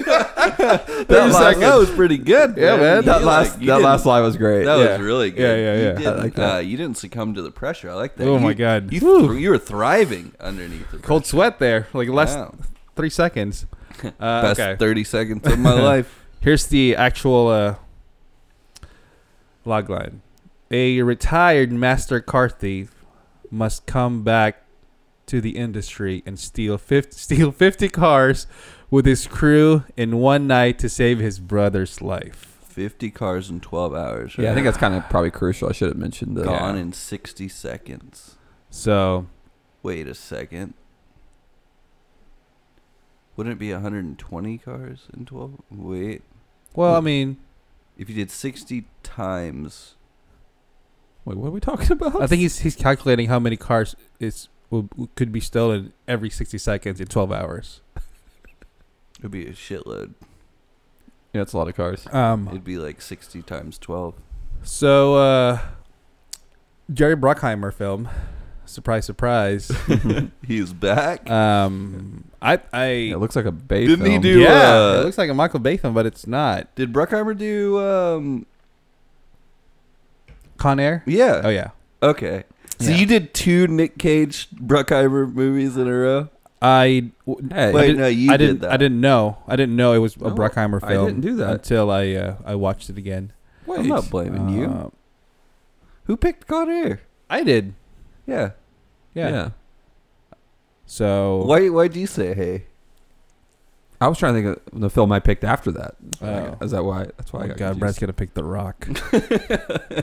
[SPEAKER 3] That last,
[SPEAKER 2] second.
[SPEAKER 3] that was pretty good.
[SPEAKER 2] Yeah, man.
[SPEAKER 3] You,
[SPEAKER 4] That
[SPEAKER 3] like,
[SPEAKER 4] last
[SPEAKER 3] you
[SPEAKER 4] that
[SPEAKER 3] didn't-
[SPEAKER 4] last line was great.
[SPEAKER 3] That
[SPEAKER 2] Yeah.
[SPEAKER 3] was really good.
[SPEAKER 2] Yeah, yeah, yeah. I
[SPEAKER 3] You didn't,
[SPEAKER 4] like that.
[SPEAKER 3] Uh, you didn't succumb to the pressure. I like that.
[SPEAKER 2] Oh
[SPEAKER 3] You-
[SPEAKER 2] my God.
[SPEAKER 3] You
[SPEAKER 2] Whew.
[SPEAKER 3] you were thriving underneath the
[SPEAKER 2] Cold
[SPEAKER 3] pressure.
[SPEAKER 2] sweat there, like less
[SPEAKER 3] Wow.
[SPEAKER 2] three seconds. Uh,
[SPEAKER 3] Best
[SPEAKER 2] okay,
[SPEAKER 3] thirty seconds of my life.
[SPEAKER 2] here's the actual uh, log line. A retired master car thief must come back to the industry and steal 50, steal 50 cars with his crew in one night to save his brother's life.
[SPEAKER 3] Fifty cars in twelve hours.
[SPEAKER 4] Yeah, I think that's kind of probably crucial. I should have mentioned that.
[SPEAKER 3] gone in sixty seconds.
[SPEAKER 2] So,
[SPEAKER 3] Wait a second. Wouldn't it be 120 cars in 12? Wait.
[SPEAKER 2] well, I mean,
[SPEAKER 3] If you did 60 times.
[SPEAKER 4] Wait, what are we talking about?
[SPEAKER 2] I think he's he's calculating how many cars is will, could be stolen every 60 seconds in 12 hours.
[SPEAKER 3] It'd be a shitload.
[SPEAKER 4] yeah, it's a lot of cars.
[SPEAKER 2] Um,
[SPEAKER 3] It'd be like 60 times 12.
[SPEAKER 2] So, uh, Jerry Bruckheimer film, surprise, surprise.
[SPEAKER 3] He's back.
[SPEAKER 2] um, I, I
[SPEAKER 4] It looks like a baby.
[SPEAKER 3] Didn't he do?
[SPEAKER 2] yeah,
[SPEAKER 3] uh,
[SPEAKER 2] it looks like a Michael Bay film, but it's not.
[SPEAKER 3] did Bruckheimer do? Um,
[SPEAKER 2] Con Air.
[SPEAKER 3] yeah.
[SPEAKER 2] Oh yeah.
[SPEAKER 3] Okay. So
[SPEAKER 2] Yeah.
[SPEAKER 3] you did two Nick Cage Bruckheimer movies in a row.
[SPEAKER 2] I w-
[SPEAKER 4] Hey.
[SPEAKER 2] I
[SPEAKER 3] Wait,
[SPEAKER 2] didn't-
[SPEAKER 3] no, you
[SPEAKER 2] I
[SPEAKER 3] did
[SPEAKER 2] didn't.
[SPEAKER 3] that.
[SPEAKER 2] I didn't know. I didn't know it was a
[SPEAKER 4] No,
[SPEAKER 2] Bruckheimer
[SPEAKER 4] I
[SPEAKER 2] film.
[SPEAKER 4] didn't do that.
[SPEAKER 2] until I uh, I watched it again.
[SPEAKER 4] Wait.
[SPEAKER 3] I'm not blaming you.
[SPEAKER 2] Uh,
[SPEAKER 3] Who picked Con Air?
[SPEAKER 2] I did.
[SPEAKER 3] Yeah.
[SPEAKER 2] Yeah.
[SPEAKER 4] yeah.
[SPEAKER 2] So
[SPEAKER 3] Why? Why do you say hey?
[SPEAKER 4] I was trying to think of the film I picked after that.
[SPEAKER 2] Oh.
[SPEAKER 4] Is that why? That's why I
[SPEAKER 2] Oh
[SPEAKER 4] got
[SPEAKER 2] God, Brad's
[SPEAKER 4] confused.
[SPEAKER 2] gonna pick The Rock.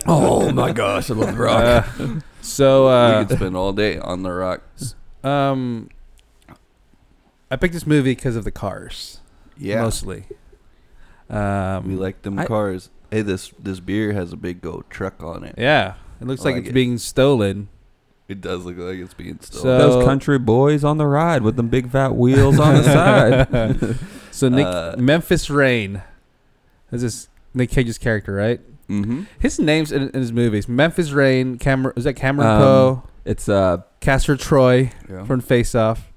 [SPEAKER 4] Oh my gosh, I love the rock.
[SPEAKER 2] Uh, so uh,
[SPEAKER 3] we could spend all day on the rock.
[SPEAKER 2] Um, I picked this movie because of the cars, mostly. Um,
[SPEAKER 3] We like them
[SPEAKER 4] I-
[SPEAKER 3] cars. Hey, this this beer has a big gold truck on it.
[SPEAKER 2] yeah, it looks
[SPEAKER 3] I
[SPEAKER 2] like,
[SPEAKER 3] like
[SPEAKER 2] it's
[SPEAKER 3] it.
[SPEAKER 2] being stolen.
[SPEAKER 3] It does look like it's being stolen. Uh,
[SPEAKER 2] So-
[SPEAKER 4] Those country boys on the ride with them big fat wheels on the side.
[SPEAKER 2] So Nick
[SPEAKER 3] Uh,
[SPEAKER 2] Memphis Rain, this is Nick Cage's character, right?
[SPEAKER 3] mm-hmm.
[SPEAKER 2] His names in, in his movies: Memphis Rain, Cameron. Is that Cameron
[SPEAKER 4] Um,
[SPEAKER 2] Poe?
[SPEAKER 4] It's uh,
[SPEAKER 2] Castor Troy
[SPEAKER 3] Yeah.
[SPEAKER 2] from Face Off.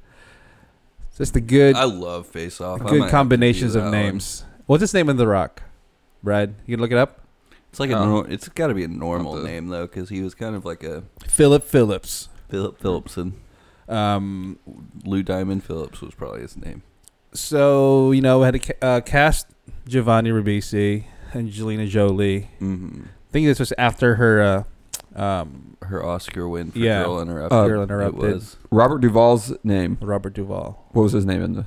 [SPEAKER 2] Just the good,
[SPEAKER 3] I love Face Off. I might have
[SPEAKER 2] good
[SPEAKER 3] to
[SPEAKER 2] combinations
[SPEAKER 3] do
[SPEAKER 2] of
[SPEAKER 3] that one.
[SPEAKER 2] names. What's his name in The Rock? Brad, you can look it up.
[SPEAKER 3] It's like a.
[SPEAKER 2] Oh.
[SPEAKER 4] Um,
[SPEAKER 3] nor- it's got to be a normal
[SPEAKER 4] the-
[SPEAKER 3] name though, because he was kind of like a
[SPEAKER 2] Philip Phillips.
[SPEAKER 3] Philip Phillipson.
[SPEAKER 2] Um,
[SPEAKER 3] Lou Diamond Phillips was probably his name.
[SPEAKER 2] so you know we had to ca- uh, cast Giovanni Ribisi, Angelina Jolie.
[SPEAKER 3] Mm-hmm.
[SPEAKER 2] I think this was after her uh, um,
[SPEAKER 3] Her Oscar win for
[SPEAKER 2] Yeah.
[SPEAKER 3] Girl Interrupted.
[SPEAKER 4] Uh,
[SPEAKER 2] Girl
[SPEAKER 3] it
[SPEAKER 2] Interrupted.
[SPEAKER 3] was.
[SPEAKER 4] Robert Duvall's name.
[SPEAKER 2] Robert Duvall,
[SPEAKER 4] What was his name in the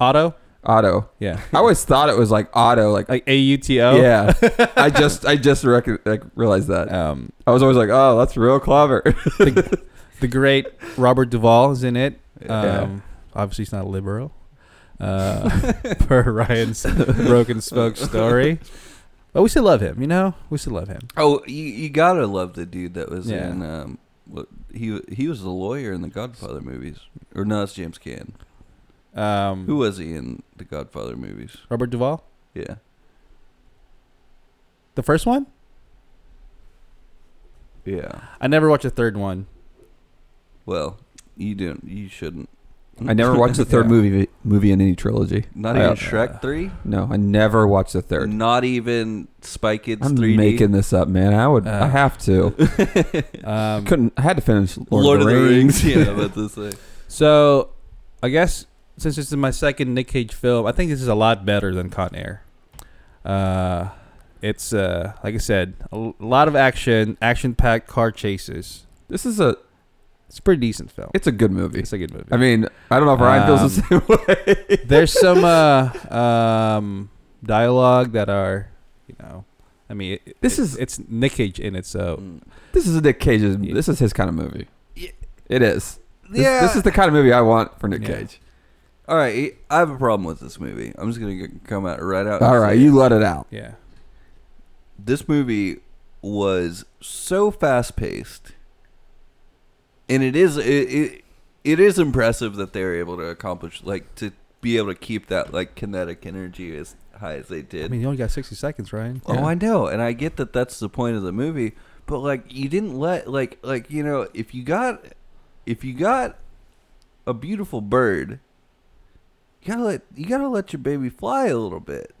[SPEAKER 2] Otto.
[SPEAKER 4] Otto?
[SPEAKER 2] Yeah,
[SPEAKER 4] I always thought it was like Otto, like
[SPEAKER 2] like A U T O.
[SPEAKER 4] yeah. I just I just rec- like realized that.
[SPEAKER 2] Um,
[SPEAKER 4] I was always like, oh, that's real clever.
[SPEAKER 2] the, the great Robert Duvall is in it.
[SPEAKER 4] Yeah.
[SPEAKER 2] Um, Obviously, he's not liberal. Uh, per Ryan's broken spoke story, but we still love him. You know, we still love him.
[SPEAKER 3] Oh, you, you gotta love the dude that was
[SPEAKER 2] Yeah.
[SPEAKER 3] in. Um, what, he he was the lawyer in the Godfather movies, or no, that's James Caan.
[SPEAKER 2] Um,
[SPEAKER 4] Mm-hmm.
[SPEAKER 3] Who was he in the Godfather movies?
[SPEAKER 2] Robert Duvall?
[SPEAKER 3] Yeah.
[SPEAKER 2] The first one?
[SPEAKER 3] Yeah.
[SPEAKER 2] I never watched the third one.
[SPEAKER 3] Well, you don't. You shouldn't.
[SPEAKER 4] I never watched the third
[SPEAKER 2] Yeah.
[SPEAKER 4] movie movie in any trilogy.
[SPEAKER 3] Not
[SPEAKER 4] I-
[SPEAKER 3] even
[SPEAKER 4] uh,
[SPEAKER 3] Shrek three.
[SPEAKER 4] No, I never watched the third.
[SPEAKER 3] Not even Spy Kids
[SPEAKER 4] I'm
[SPEAKER 3] three D.
[SPEAKER 4] making this up, man. I would,
[SPEAKER 2] Uh,
[SPEAKER 4] I have to.
[SPEAKER 2] Um,
[SPEAKER 4] Couldn't. I had to finish Lord,
[SPEAKER 3] Lord, of the Rings. yeah,
[SPEAKER 4] yeah,
[SPEAKER 3] about to say.
[SPEAKER 2] So, I guess since this is my second Nick Cage film, I think this is a lot better than Con Air. Uh, it's uh, like I said, a l- lot of action, action-packed car chases.
[SPEAKER 4] This is a
[SPEAKER 2] It's a pretty decent film.
[SPEAKER 4] it's a good movie.
[SPEAKER 2] It's a good movie. Um,
[SPEAKER 4] I mean, I don't know if Ryan feels
[SPEAKER 3] Um,
[SPEAKER 4] the same way.
[SPEAKER 2] there's some uh, um, dialogue that are, you know, I mean, it,
[SPEAKER 4] This
[SPEAKER 2] it-
[SPEAKER 4] is-
[SPEAKER 2] it's Nick Cage in it, so
[SPEAKER 3] Mm.
[SPEAKER 4] This is a Nick Cage's. This is his kind of movie.
[SPEAKER 3] Yeah.
[SPEAKER 4] It is. This,
[SPEAKER 3] yeah.
[SPEAKER 4] this is the kind of movie I want for Nick
[SPEAKER 2] Yeah.
[SPEAKER 4] Cage.
[SPEAKER 3] All right, I have a problem with this movie. I'm just gonna g- come out right out. and
[SPEAKER 4] All right,
[SPEAKER 3] say it.
[SPEAKER 4] you let it out.
[SPEAKER 2] yeah,
[SPEAKER 3] This movie was so fast paced, and it is it, it it is impressive that they're able to accomplish like to be able to keep that like kinetic energy as high as they did.
[SPEAKER 2] I mean, you only got 60 seconds, Ryan.
[SPEAKER 3] Oh, I know, and I get that that's the point of the movie, but like you didn't let like like you know if you got if you got a beautiful bird, you gotta let you gotta let your baby fly a little bit.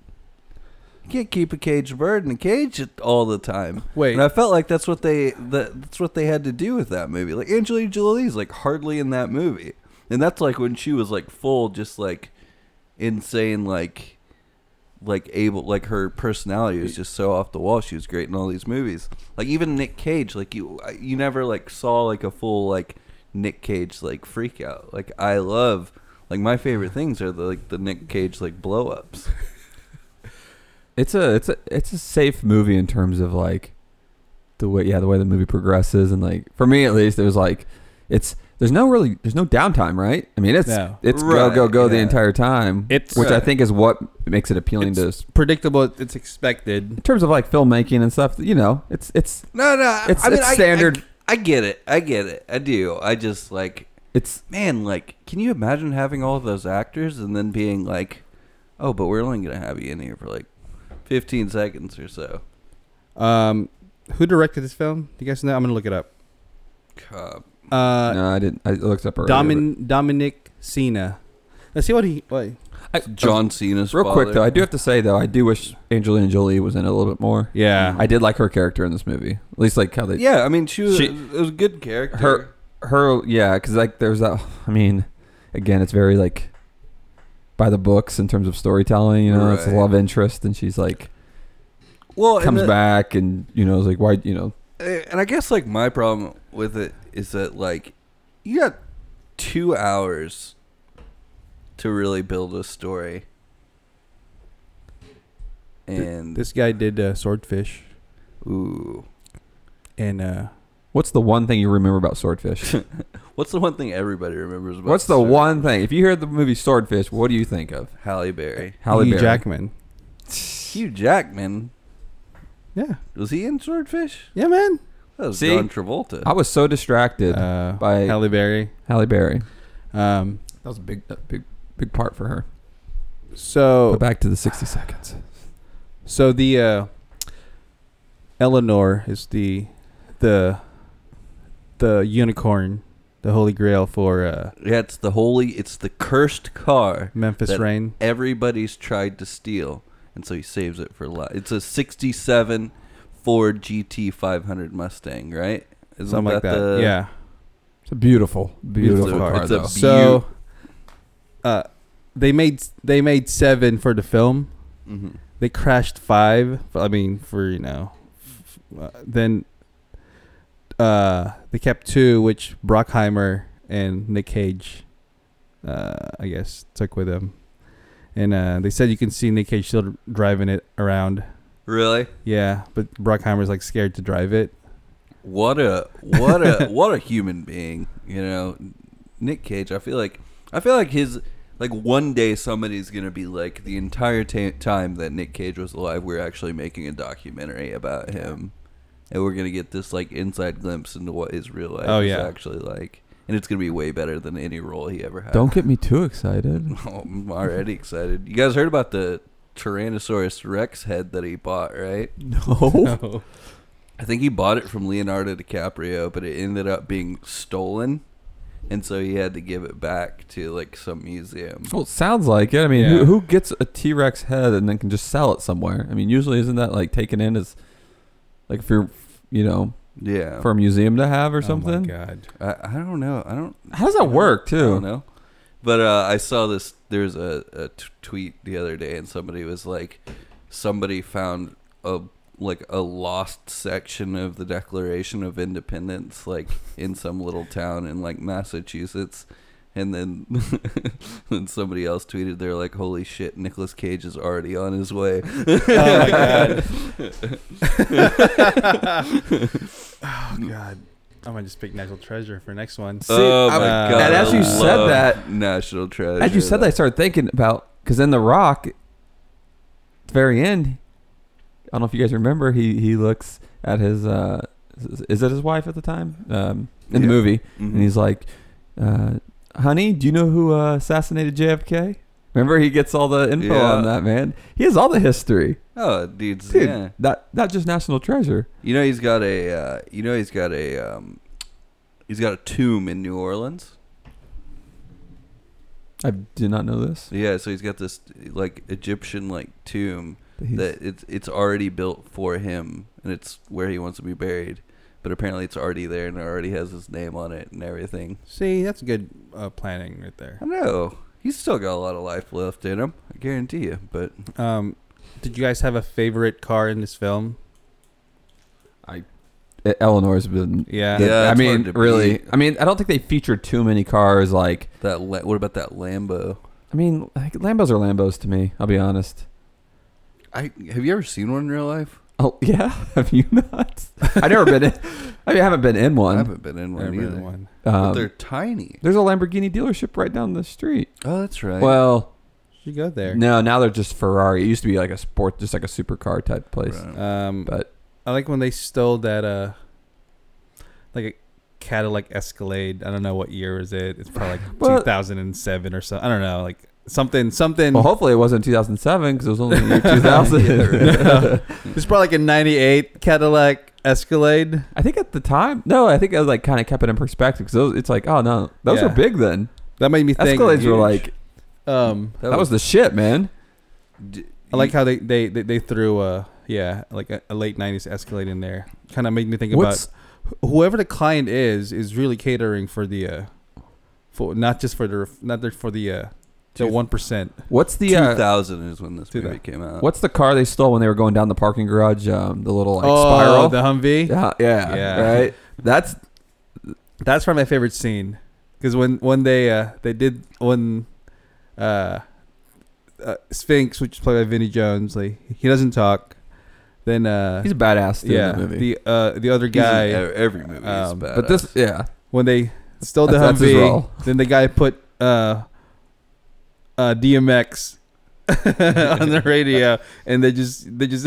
[SPEAKER 3] You can't keep a caged bird in a cage at- all the time.
[SPEAKER 2] Wait.
[SPEAKER 3] and I felt like that's what they that, that's what they had to do with that movie. Like Angelina Jolie's like hardly in that movie, and that's like when she was like full, just like insane, like like able like her personality was just so off the wall she was great in all these movies like even nick cage like you you never like saw like a full like nick cage like freak out like i love like my favorite things are the like the nick cage like blow ups
[SPEAKER 4] It's a it's a it's a safe movie in terms of like the way yeah the way the movie progresses and like for me at least it was like it's there's no really there's no downtime right I mean it's
[SPEAKER 2] No.
[SPEAKER 4] it's
[SPEAKER 3] Right,
[SPEAKER 4] go go go the
[SPEAKER 3] yeah. uh,
[SPEAKER 4] entire time
[SPEAKER 2] It's-
[SPEAKER 4] which I
[SPEAKER 3] Right.
[SPEAKER 4] think is what makes it appealing to
[SPEAKER 2] It's predictable. It's expected.
[SPEAKER 4] in terms of like filmmaking and stuff you know it's it's
[SPEAKER 3] no no
[SPEAKER 4] It's- it's
[SPEAKER 3] I- I-
[SPEAKER 4] standard.
[SPEAKER 3] I, get it i get it i do i just like
[SPEAKER 4] it's
[SPEAKER 3] man like can you imagine having all those actors and then being like oh but we're only gonna have you in here for like 15 seconds or so
[SPEAKER 5] Um, who directed this film? Do you guys know? I'm gonna look it up.
[SPEAKER 3] God.
[SPEAKER 5] Uh,
[SPEAKER 4] no I didn't I looked up already but-
[SPEAKER 5] Domin- Dominic Cena. Let's see what he. What,
[SPEAKER 3] john cena's
[SPEAKER 4] uh, Real quick
[SPEAKER 3] father.
[SPEAKER 4] though, I do have to say though, I do wish Angelina Jolie was in it a little bit more.
[SPEAKER 2] Yeah.
[SPEAKER 4] I did like her character in this movie, at least like how they
[SPEAKER 3] Yeah, I mean, she was,
[SPEAKER 4] She-
[SPEAKER 3] it was a good character.
[SPEAKER 4] her her yeah, because like there's that. I mean, again, it's very like by the books in terms of storytelling. You know, it's a
[SPEAKER 3] Right.
[SPEAKER 4] love interest, and she's like
[SPEAKER 3] well and
[SPEAKER 4] comes
[SPEAKER 3] the-
[SPEAKER 4] back, and you know, is like why you know
[SPEAKER 3] eh, and I guess like my problem with it is that like you got two hours to really build a story, and
[SPEAKER 2] This guy did uh, Swordfish
[SPEAKER 3] ooh,
[SPEAKER 2] and uh,
[SPEAKER 4] what's the one thing you remember about Swordfish?
[SPEAKER 3] what's the one thing everybody remembers? about
[SPEAKER 4] what's the
[SPEAKER 3] Sir
[SPEAKER 4] one thing if you hear the movie Swordfish, what do you think of?
[SPEAKER 3] Halle Berry,
[SPEAKER 4] Halle
[SPEAKER 5] Hugh
[SPEAKER 4] Berry.
[SPEAKER 5] Jackman.
[SPEAKER 3] Hugh Jackman?
[SPEAKER 5] Yeah,
[SPEAKER 3] Was he in Swordfish?
[SPEAKER 5] yeah, man.
[SPEAKER 3] That was
[SPEAKER 4] See?
[SPEAKER 3] John Travolta.
[SPEAKER 4] I was so distracted
[SPEAKER 5] Uh,
[SPEAKER 4] by
[SPEAKER 5] Halle Berry.
[SPEAKER 4] Halle Berry.
[SPEAKER 5] Um,
[SPEAKER 4] That was a big a big big part for her.
[SPEAKER 5] so
[SPEAKER 2] Oh.
[SPEAKER 4] But back to the 60 seconds.
[SPEAKER 2] so the uh, Eleanor is the the the unicorn, the holy grail for uh,
[SPEAKER 3] yeah, it's the holy, it's the cursed car.
[SPEAKER 2] Memphis
[SPEAKER 3] That-
[SPEAKER 2] Rain.
[SPEAKER 3] everybody's tried to steal, and so he saves it for life. It's a '67 Ford GT 500 Mustang, right? Isn't
[SPEAKER 2] Something like that.
[SPEAKER 3] the-
[SPEAKER 2] yeah.
[SPEAKER 4] It's a beautiful, beautiful
[SPEAKER 3] It's a-
[SPEAKER 4] car,
[SPEAKER 3] it's a
[SPEAKER 4] though.
[SPEAKER 2] So uh, they made they made seven for the film.
[SPEAKER 3] Mhm.
[SPEAKER 2] They crashed five. f- I mean, for you know, f- uh, then uh, they kept two, which Brockheimer and Nick Cage, uh, I guess, took with them. And uh, they said you can see Nick Cage still driving it around.
[SPEAKER 3] Really?
[SPEAKER 2] Yeah, but Brockheimer's like scared to drive it.
[SPEAKER 3] What a what a what a human being, you know. Nick Cage. I feel like I feel like his like one day somebody's gonna be like the entire ta time that Nick Cage was alive, we're actually making a documentary about him, and we're gonna get this like inside glimpse into what his real life
[SPEAKER 2] Oh,
[SPEAKER 3] is
[SPEAKER 2] yeah.
[SPEAKER 3] actually like, and it's gonna be way better than any role he ever had.
[SPEAKER 4] Don't get me too excited.
[SPEAKER 3] I'm already excited. You guys heard about the Tyrannosaurus Rex head that he bought, right?
[SPEAKER 4] No.
[SPEAKER 3] Oh I think he bought it from Leonardo DiCaprio, but it ended up being stolen, and so he had to give it back to like some museum.
[SPEAKER 4] well, it sounds like it. I mean,
[SPEAKER 2] Yeah.
[SPEAKER 4] who, who gets a T Rex head and then can just sell it somewhere? I mean, usually isn't that like taken in as like if you're, you know,
[SPEAKER 3] Yeah,
[SPEAKER 4] for a museum to have or
[SPEAKER 2] Oh my
[SPEAKER 4] something?
[SPEAKER 2] god.
[SPEAKER 3] I, I don't know. I don't.
[SPEAKER 4] How does that work
[SPEAKER 3] I don't
[SPEAKER 4] too?
[SPEAKER 3] know. But uh, I saw this. There's a, a t- tweet the other day, and somebody was like, somebody found a like a lost section of the Declaration of Independence, like in some little town in like Massachusetts. And then, then somebody else tweeted, "They're like, holy shit, Nicolas Cage is already on his way."
[SPEAKER 6] Oh my god. oh
[SPEAKER 4] Mm.
[SPEAKER 6] god. I might just pick National Treasure for next one.
[SPEAKER 4] See,
[SPEAKER 3] oh my
[SPEAKER 4] I'm-
[SPEAKER 6] uh,
[SPEAKER 3] god!
[SPEAKER 6] and as
[SPEAKER 3] I
[SPEAKER 6] you said
[SPEAKER 3] love
[SPEAKER 4] that-
[SPEAKER 3] national treasure.
[SPEAKER 4] As you said, that, I started thinking about because in The Rock, at the very end, I don't know if you guys remember, he he looks at his uh, is- is it his wife at the time um, in the
[SPEAKER 3] Yeah.
[SPEAKER 4] movie,
[SPEAKER 3] Mhm.
[SPEAKER 4] and he's like, uh, "Honey, do you know who uh, assassinated JFK?" Remember, he gets all the info
[SPEAKER 3] Yeah.
[SPEAKER 4] on that man. He has all the history,
[SPEAKER 3] oh, dude's
[SPEAKER 4] dude.
[SPEAKER 3] yeah.
[SPEAKER 4] That not just National Treasure.
[SPEAKER 3] You know he's got a uh, you know he's got a um, he's got a tomb in New Orleans.
[SPEAKER 4] I did not know this.
[SPEAKER 3] Yeah, so he's got this like Egyptian like tomb
[SPEAKER 4] but he's-
[SPEAKER 3] that it's it's already built for him and it's where he wants to be buried. But apparently it's already there and it already has his name on it and everything.
[SPEAKER 2] See, that's good uh, planning right there.
[SPEAKER 3] I know. He's still got a lot of life left in him, I guarantee you. But
[SPEAKER 2] Um, did you guys have a favorite car in this film?
[SPEAKER 4] E-, Eleanor's been.
[SPEAKER 2] Yeah.
[SPEAKER 3] Yeah.
[SPEAKER 4] I
[SPEAKER 3] it's
[SPEAKER 4] mean,
[SPEAKER 3] hard to
[SPEAKER 4] really.
[SPEAKER 3] beat.
[SPEAKER 4] I mean, I don't think they feature too many cars like
[SPEAKER 3] that la- what about that Lambo?
[SPEAKER 4] I mean, like, Lambos are Lambos to me. I'll be honest.
[SPEAKER 3] I have you ever seen one in real life?
[SPEAKER 4] Oh yeah, have you not? I've never been. In, I mean, I haven't been in
[SPEAKER 3] I
[SPEAKER 4] one.
[SPEAKER 3] haven't been in one
[SPEAKER 2] Every
[SPEAKER 3] either.
[SPEAKER 2] one.
[SPEAKER 3] But
[SPEAKER 4] Um,
[SPEAKER 3] they're tiny.
[SPEAKER 4] there's a Lamborghini dealership right down the street.
[SPEAKER 3] Oh, that's right.
[SPEAKER 4] Well,
[SPEAKER 2] You go there.
[SPEAKER 4] no, now they're just Ferrari. It used to be like a sport, just like a supercar type place.
[SPEAKER 3] Right.
[SPEAKER 2] Um,
[SPEAKER 4] But
[SPEAKER 2] I like when they stole that uh, like a Cadillac Escalade. I don't know what year is it. It's probably like
[SPEAKER 4] Well-
[SPEAKER 2] 2007 or so. I don't know, like something, something.
[SPEAKER 4] well, hopefully it wasn't 2007 because it was only the year 2000.
[SPEAKER 2] No. It's probably like a '98 Cadillac Escalade.
[SPEAKER 4] I think at the time, no, I think I was like kind of kept it in perspective because it's like, oh no, those
[SPEAKER 2] Yeah.
[SPEAKER 4] were big then.
[SPEAKER 2] That made me think.
[SPEAKER 4] Escalades were
[SPEAKER 2] Huge.
[SPEAKER 4] like
[SPEAKER 2] Um,
[SPEAKER 4] that, was, the shit, man.
[SPEAKER 3] D-
[SPEAKER 2] I like how they they they, they threw a yeah like a, a late '90s Escalade in there. Kind of made me think
[SPEAKER 4] What's
[SPEAKER 2] about wh- whoever the client is is really catering for the uh, for not just for the not the, for the uh, the
[SPEAKER 3] Two-
[SPEAKER 2] one percent.
[SPEAKER 4] what's the uh,
[SPEAKER 3] 2000 is when this
[SPEAKER 2] Do
[SPEAKER 3] movie
[SPEAKER 2] that.
[SPEAKER 3] came out.
[SPEAKER 4] What's the car they stole when they were going down the parking garage? Um, the little like
[SPEAKER 2] oh,
[SPEAKER 4] spiral.
[SPEAKER 2] the Humvee.
[SPEAKER 4] yeah, yeah,
[SPEAKER 2] Yeah.
[SPEAKER 4] right. That's
[SPEAKER 2] That's probably my favorite scene because when when they uh, they did when uh, uh, Sphinx, which is played by Vinnie Jones, like he doesn't talk. Then uh,
[SPEAKER 4] he's a badass dude
[SPEAKER 2] yeah,
[SPEAKER 4] in the movie.
[SPEAKER 2] the uh, the other
[SPEAKER 3] He's in
[SPEAKER 2] guy
[SPEAKER 3] e- every movie
[SPEAKER 2] um,
[SPEAKER 3] is badass.
[SPEAKER 4] but this, yeah,
[SPEAKER 2] when they stole the
[SPEAKER 4] That's- that's his role.
[SPEAKER 2] Humvee, then the guy put uh, uh, DMX on the radio, and they just they just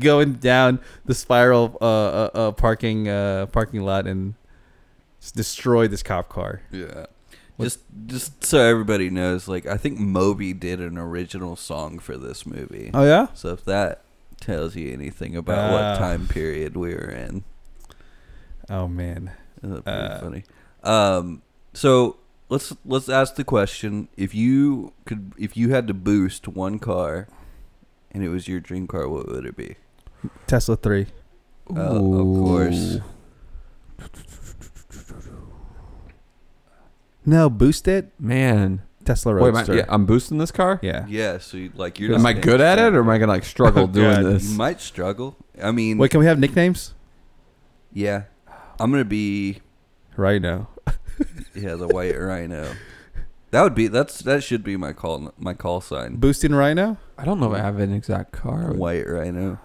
[SPEAKER 2] going down the spiral uh, uh, uh, parking uh, parking lot and just destroy this cop car.
[SPEAKER 3] Yeah. Just just so everybody knows, like I think Moby did an original song for this movie.
[SPEAKER 2] Oh yeah,
[SPEAKER 3] So if that tells you anything about
[SPEAKER 2] Ah.
[SPEAKER 3] what time period we were in,
[SPEAKER 2] oh man,
[SPEAKER 3] that's pretty
[SPEAKER 2] Uh.
[SPEAKER 3] funny. Um so let's let's ask the question. If you could if you had to boost one car and it was your dream car, what would it be?
[SPEAKER 2] Tesla three.
[SPEAKER 3] Oh, of course.
[SPEAKER 4] Ooh.
[SPEAKER 2] No, boost it.
[SPEAKER 4] man.
[SPEAKER 2] Tesla
[SPEAKER 4] Wait, am I,
[SPEAKER 2] Roadster.
[SPEAKER 4] yeah, I'm boosting this car.
[SPEAKER 2] yeah.
[SPEAKER 3] Yeah, so you, like you're
[SPEAKER 4] Am
[SPEAKER 3] just
[SPEAKER 4] I
[SPEAKER 3] gonna
[SPEAKER 4] good at it,
[SPEAKER 3] struggle.
[SPEAKER 4] or am I gonna like struggle
[SPEAKER 2] Oh,
[SPEAKER 4] doing
[SPEAKER 2] God.
[SPEAKER 4] this?
[SPEAKER 3] you might struggle. I mean
[SPEAKER 2] Wait, can we have nicknames?
[SPEAKER 3] yeah. I'm gonna be
[SPEAKER 2] Right now.
[SPEAKER 3] Yeah, the white rhino. That would be that's that should be my call my call sign.
[SPEAKER 2] Boosting Rhino.
[SPEAKER 4] I don't know if I have an exact car.
[SPEAKER 3] White rhino.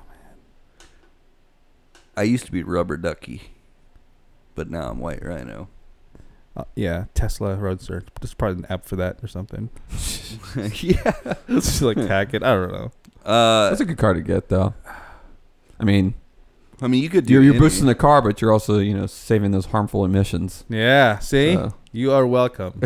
[SPEAKER 3] I used to be rubber ducky, but now I'm white rhino.
[SPEAKER 2] Uh, yeah, Tesla Roadster. There's probably an app for that or something.
[SPEAKER 3] yeah.
[SPEAKER 2] Let's just like hack it. I don't know.
[SPEAKER 3] Uh,
[SPEAKER 4] That's a good car to get, though. I mean,
[SPEAKER 3] I mean, you could do.
[SPEAKER 4] you're, you're
[SPEAKER 3] any-
[SPEAKER 4] boosting the car, but you're also you know saving those harmful emissions.
[SPEAKER 2] Yeah. See,
[SPEAKER 4] So,
[SPEAKER 2] you are welcome.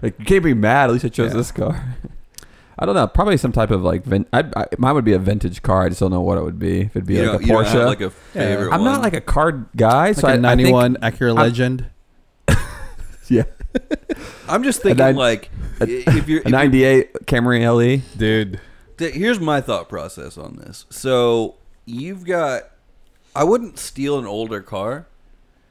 [SPEAKER 4] like, you can't be mad. At least I chose
[SPEAKER 2] Yeah.
[SPEAKER 4] this car. I don't know. Probably some type of like. Vin- I, I, mine would be a vintage car. I just don't know what it would be. If it'd be
[SPEAKER 3] you
[SPEAKER 4] like
[SPEAKER 3] don't-
[SPEAKER 4] a
[SPEAKER 3] you don't have,
[SPEAKER 4] Porsche.
[SPEAKER 3] like a favorite.
[SPEAKER 4] I'm not
[SPEAKER 3] one.
[SPEAKER 4] like a car guy,
[SPEAKER 2] It's
[SPEAKER 4] so I
[SPEAKER 2] like a
[SPEAKER 4] I think-
[SPEAKER 2] '91 Acura
[SPEAKER 4] I-
[SPEAKER 2] Legend.
[SPEAKER 3] I'm just thinking
[SPEAKER 4] I-
[SPEAKER 3] like
[SPEAKER 4] a-
[SPEAKER 3] if you're
[SPEAKER 4] a '98 Camry
[SPEAKER 2] E.
[SPEAKER 4] LE.
[SPEAKER 2] Dude,
[SPEAKER 3] Th- Here's my thought process on this. So you've got, I wouldn't steal an older car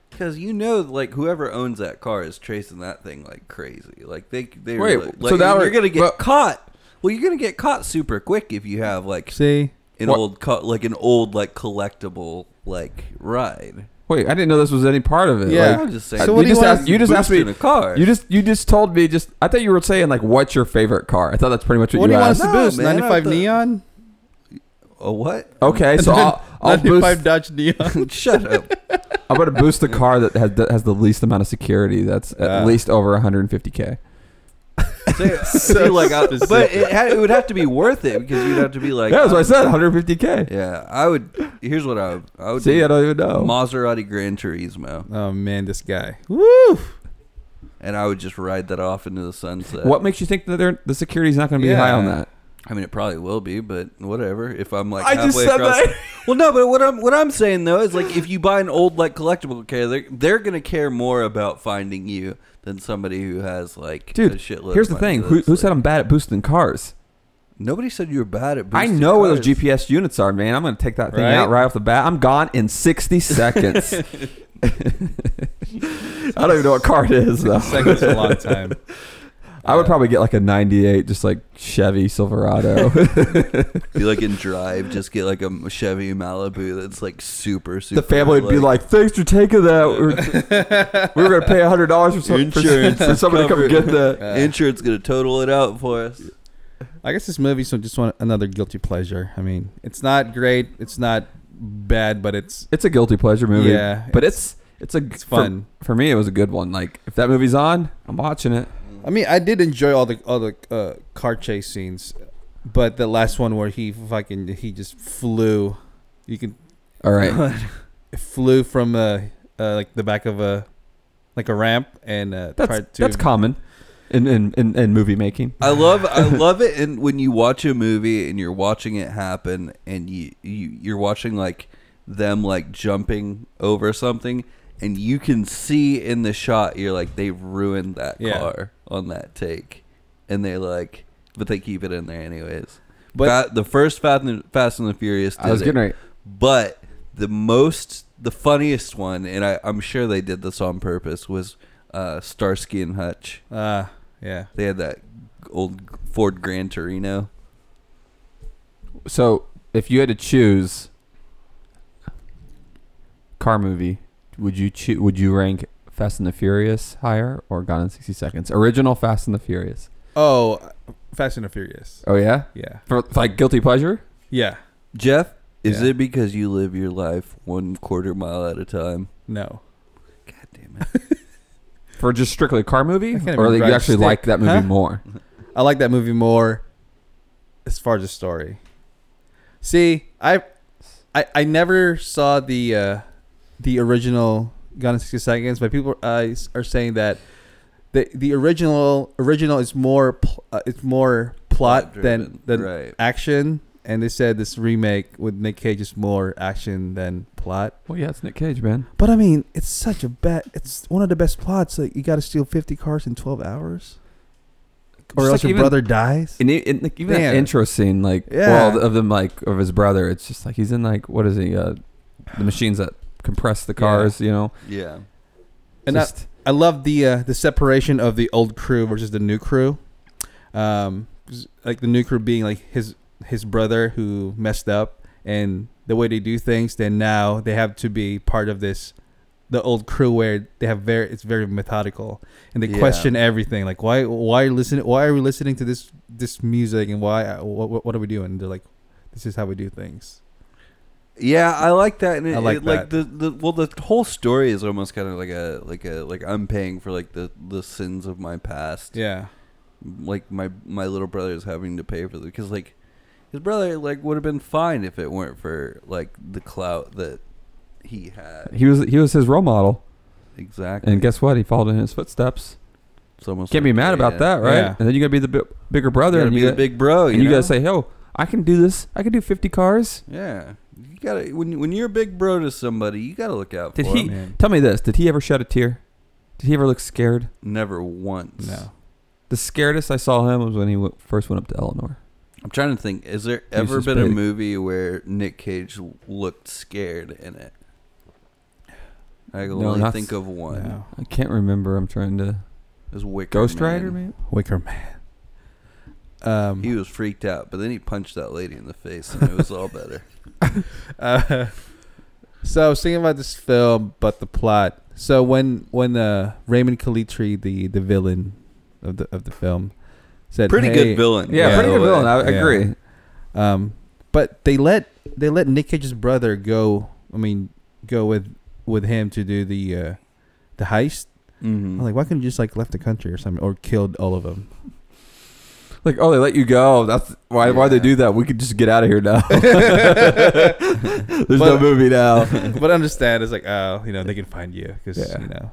[SPEAKER 3] because you know, like whoever owns that car is tracing that thing like crazy. Like they, they
[SPEAKER 4] Wait,
[SPEAKER 3] like,
[SPEAKER 4] so now
[SPEAKER 3] you're
[SPEAKER 4] we're-
[SPEAKER 3] gonna get
[SPEAKER 4] but-
[SPEAKER 3] caught. Well, you're gonna get caught super quick if you have like
[SPEAKER 2] See,
[SPEAKER 3] an
[SPEAKER 4] What?
[SPEAKER 3] old co- like an old like collectible like ride.
[SPEAKER 4] Wait, I didn't know this was any part of it.
[SPEAKER 2] Yeah.
[SPEAKER 4] Like,
[SPEAKER 3] I'm just saying.
[SPEAKER 2] So what
[SPEAKER 4] you
[SPEAKER 2] do you
[SPEAKER 4] just
[SPEAKER 2] want
[SPEAKER 4] asked, you just asked
[SPEAKER 3] boosting
[SPEAKER 4] me
[SPEAKER 3] a car.
[SPEAKER 4] You just you just told me just I thought you were saying like what's your favorite car? I thought that's pretty much what,
[SPEAKER 2] what do
[SPEAKER 4] you
[SPEAKER 2] you want us
[SPEAKER 4] asked.
[SPEAKER 2] to
[SPEAKER 3] No,
[SPEAKER 2] boost?
[SPEAKER 3] man, I
[SPEAKER 2] 95
[SPEAKER 3] thought-
[SPEAKER 2] neon,
[SPEAKER 3] a what?
[SPEAKER 4] Okay, so I'll, I'll
[SPEAKER 2] 95
[SPEAKER 4] boost,
[SPEAKER 2] Dodge neon.
[SPEAKER 3] Shut up.
[SPEAKER 4] I'm going to boost the car that has the, has the least amount of security. That's at
[SPEAKER 2] Ah.
[SPEAKER 4] least over 150k.
[SPEAKER 3] Say,
[SPEAKER 2] So
[SPEAKER 3] see, like, I, but
[SPEAKER 2] specific.
[SPEAKER 3] it, ha- it would have to be worth it because you'd have to be like. um,
[SPEAKER 4] yeah, that's what I said. 150k.
[SPEAKER 3] Yeah, I would. Here's what I would. I would
[SPEAKER 4] See,
[SPEAKER 3] do.
[SPEAKER 4] I don't even know.
[SPEAKER 3] Maserati Gran Turismo,
[SPEAKER 2] Oh man, this guy. Woo!
[SPEAKER 3] and I would just ride that off into the sunset.
[SPEAKER 4] what makes you think that they're, the security's not going to be high on
[SPEAKER 2] Yeah.
[SPEAKER 4] that?
[SPEAKER 3] I mean, it probably will be, but whatever. If I'm like
[SPEAKER 4] I
[SPEAKER 3] halfway
[SPEAKER 4] just said
[SPEAKER 3] across.
[SPEAKER 4] that.
[SPEAKER 3] Well, no, but what I'm what I'm saying though is like if you buy an old like collectible car, they're they're gonna care more about finding you than somebody who has like
[SPEAKER 4] Dude,
[SPEAKER 3] A shitload
[SPEAKER 4] Here's
[SPEAKER 3] of
[SPEAKER 4] the
[SPEAKER 3] money.
[SPEAKER 4] thing.
[SPEAKER 3] So
[SPEAKER 4] Who,
[SPEAKER 3] it's
[SPEAKER 4] who
[SPEAKER 3] like-
[SPEAKER 4] said I'm bad at boosting cars?
[SPEAKER 3] Nobody said you were bad at.
[SPEAKER 4] I
[SPEAKER 3] boosting
[SPEAKER 4] know where those
[SPEAKER 3] cars.
[SPEAKER 4] GPS units are, man. I'm going to take that thing
[SPEAKER 2] Right?
[SPEAKER 4] out right off the bat. I'm gone in 60 seconds. I don't even know what car it is, though.
[SPEAKER 2] Seconds a long time.
[SPEAKER 4] I would probably get like a 98, just like Chevy Silverado.
[SPEAKER 3] Be like in Drive, just get like a Chevy Malibu that's like super super.
[SPEAKER 4] the family would be like, thanks for taking that. We were, we were going to pay $100 for, some, for,
[SPEAKER 3] Insurance
[SPEAKER 4] for
[SPEAKER 3] is
[SPEAKER 4] somebody to come
[SPEAKER 3] covered.
[SPEAKER 4] get that.
[SPEAKER 2] Uh,
[SPEAKER 3] insurance gonna total it out for us.
[SPEAKER 2] I guess this movie's so- just one, another guilty pleasure. I mean, it's not great, it's not bad, but it's
[SPEAKER 4] It's a guilty pleasure movie.
[SPEAKER 2] Yeah,
[SPEAKER 4] But it's, it's, a,
[SPEAKER 2] it's fun.
[SPEAKER 4] For, for me, it was a good one. Like, if that movie's on, I'm watching it.
[SPEAKER 2] I mean, I did enjoy all the all the uh, car chase scenes, but the last one where he fucking he just flew, you can
[SPEAKER 4] All right.
[SPEAKER 2] flew from uh, uh like the back of a like a ramp and uh,
[SPEAKER 4] That's
[SPEAKER 2] tried to
[SPEAKER 4] that's common in in, in, in movie making.
[SPEAKER 3] I love I love it and when you watch a movie and you're watching it happen and you, you you're watching like them like jumping over something and you can see in the shot you're like they ruined that
[SPEAKER 2] Yeah.
[SPEAKER 3] car on that take and they like but they keep it in there anyways.
[SPEAKER 2] But-
[SPEAKER 3] Fa- the first Fast and, Fast and the Furious did
[SPEAKER 4] I was
[SPEAKER 3] it.
[SPEAKER 4] getting right.
[SPEAKER 3] But the most, the funniest one, and I, I'm sure they did this on purpose, was uh, Starsky and Hutch.
[SPEAKER 2] uh yeah
[SPEAKER 3] They had that old Ford Gran Torino.
[SPEAKER 4] So if you had to choose car movie, would you choose? Would you rank Fast and the Furious higher or Gone in sixty seconds? Original Fast and the Furious.
[SPEAKER 2] oh Fast and the Furious
[SPEAKER 4] Oh yeah,
[SPEAKER 2] yeah
[SPEAKER 4] for, for, like guilty pleasure.
[SPEAKER 2] yeah
[SPEAKER 3] Jeff, is
[SPEAKER 2] Yeah.
[SPEAKER 3] it because you live your life one quarter mile at a time?
[SPEAKER 2] no
[SPEAKER 3] God damn it.
[SPEAKER 4] For just strictly a car movie,
[SPEAKER 2] I can't even
[SPEAKER 4] or like you
[SPEAKER 2] drive
[SPEAKER 4] actually
[SPEAKER 2] stick,
[SPEAKER 4] like that movie
[SPEAKER 2] huh?
[SPEAKER 4] more?
[SPEAKER 2] I like that movie more as far as the story. See, I I, I never saw the uh, the original Gone in 60 Seconds, but people uh, are saying that the the original original is more pl- uh, it's more plot than
[SPEAKER 3] Driven.
[SPEAKER 2] than
[SPEAKER 3] right.
[SPEAKER 2] action, and they said this remake with Nick Cage is more action than plot.
[SPEAKER 4] Well, yeah, it's Nick Cage, man.
[SPEAKER 2] But I mean, it's such a bet. It's one of the best plots. Like you got to steal 50 cars in 12 hours, or
[SPEAKER 4] Just
[SPEAKER 2] else
[SPEAKER 4] like
[SPEAKER 2] your
[SPEAKER 4] even-
[SPEAKER 2] brother dies.
[SPEAKER 4] And, he, and like, even
[SPEAKER 2] Damn.
[SPEAKER 4] that intro scene, like,
[SPEAKER 2] Yeah.
[SPEAKER 4] well, of them, like, of his brother, it's just like he's in, like, what is he, uh, the machines that compress the cars, you know?
[SPEAKER 3] Yeah.
[SPEAKER 2] And that-
[SPEAKER 4] just,
[SPEAKER 2] I love the uh, the separation of the old crew versus the new crew. Um, 'cause, like the new crew being like his his brother who messed up and the way they do things. Then now they have to be part of this the old crew where they have very it's very methodical and they
[SPEAKER 3] Yeah.
[SPEAKER 2] question everything like why why are listen why are we listening to this this music and why uh, what what are we doing and they're like this is how we do things
[SPEAKER 3] Yeah, I like that. And it,
[SPEAKER 2] I like
[SPEAKER 3] it, like the, the well, the whole story is almost kind of like a like a like I'm paying for like the the sins of my past.
[SPEAKER 2] yeah
[SPEAKER 3] like my my little brother is having to pay for the because like his brother like would have been fine if it weren't for like the clout that he had
[SPEAKER 4] he was he was his role model,
[SPEAKER 3] exactly
[SPEAKER 4] and guess what? He followed in his footsteps.
[SPEAKER 3] it's almost
[SPEAKER 4] Can't be
[SPEAKER 3] like,
[SPEAKER 4] mad about
[SPEAKER 3] yeah.
[SPEAKER 4] that, right?
[SPEAKER 2] Yeah.
[SPEAKER 4] And then you gotta be the bi- bigger brother,
[SPEAKER 3] you gotta
[SPEAKER 4] and
[SPEAKER 3] be
[SPEAKER 4] you,
[SPEAKER 3] the
[SPEAKER 4] gotta,
[SPEAKER 3] big bro
[SPEAKER 4] and you
[SPEAKER 3] know?
[SPEAKER 4] gotta say, yo, I can do this. I can do 50 cars.
[SPEAKER 3] yeah you gotta when, when you're a big bro to somebody you gotta look out
[SPEAKER 4] Did
[SPEAKER 3] for
[SPEAKER 4] he?
[SPEAKER 3] 'em.
[SPEAKER 2] man.
[SPEAKER 4] Tell me this: Did he ever shed a tear? Did he ever look scared?
[SPEAKER 3] never once
[SPEAKER 2] no
[SPEAKER 4] The scaredest I saw him was when he w- first went up to Eleanor.
[SPEAKER 3] i'm trying to think has there
[SPEAKER 4] was
[SPEAKER 3] ever
[SPEAKER 4] just
[SPEAKER 3] been a
[SPEAKER 4] big.
[SPEAKER 3] movie where nick cage l- looked scared in it i can
[SPEAKER 4] No,
[SPEAKER 3] only
[SPEAKER 4] not
[SPEAKER 3] think
[SPEAKER 4] s-
[SPEAKER 3] of one
[SPEAKER 2] no
[SPEAKER 4] I can't remember. I'm trying to
[SPEAKER 3] it was wicker
[SPEAKER 4] Ghost
[SPEAKER 3] Man.
[SPEAKER 4] Rider, man.
[SPEAKER 2] Wicker Man
[SPEAKER 7] Um,
[SPEAKER 3] He was freaked out, but then he punched that lady in the face, and it was all better.
[SPEAKER 2] Uh, so I was thinking about this film, but the plot. So when when uh, Raymond Calitri, the the villain of the of the film, said
[SPEAKER 3] Pretty
[SPEAKER 2] "Hey,"
[SPEAKER 3] good villain.
[SPEAKER 4] Yeah,
[SPEAKER 3] by
[SPEAKER 4] pretty
[SPEAKER 3] the
[SPEAKER 4] good
[SPEAKER 3] way.
[SPEAKER 4] villain. I I
[SPEAKER 2] Yeah.
[SPEAKER 4] agree.
[SPEAKER 2] Um, but they let they let Nick Cage's brother go. I mean, go with with him to do the uh, the heist.
[SPEAKER 3] Mhm.
[SPEAKER 2] I'm like, why couldn't you just like left the country or something, or killed all of them?
[SPEAKER 4] Like, oh, they let you go. That's why. Why they
[SPEAKER 2] Yeah.
[SPEAKER 4] do that? We could just get out of here now. There's no
[SPEAKER 2] But-
[SPEAKER 4] movie now.
[SPEAKER 2] but I understand it's like, oh, you know, they can find you because
[SPEAKER 4] Yeah.
[SPEAKER 2] you know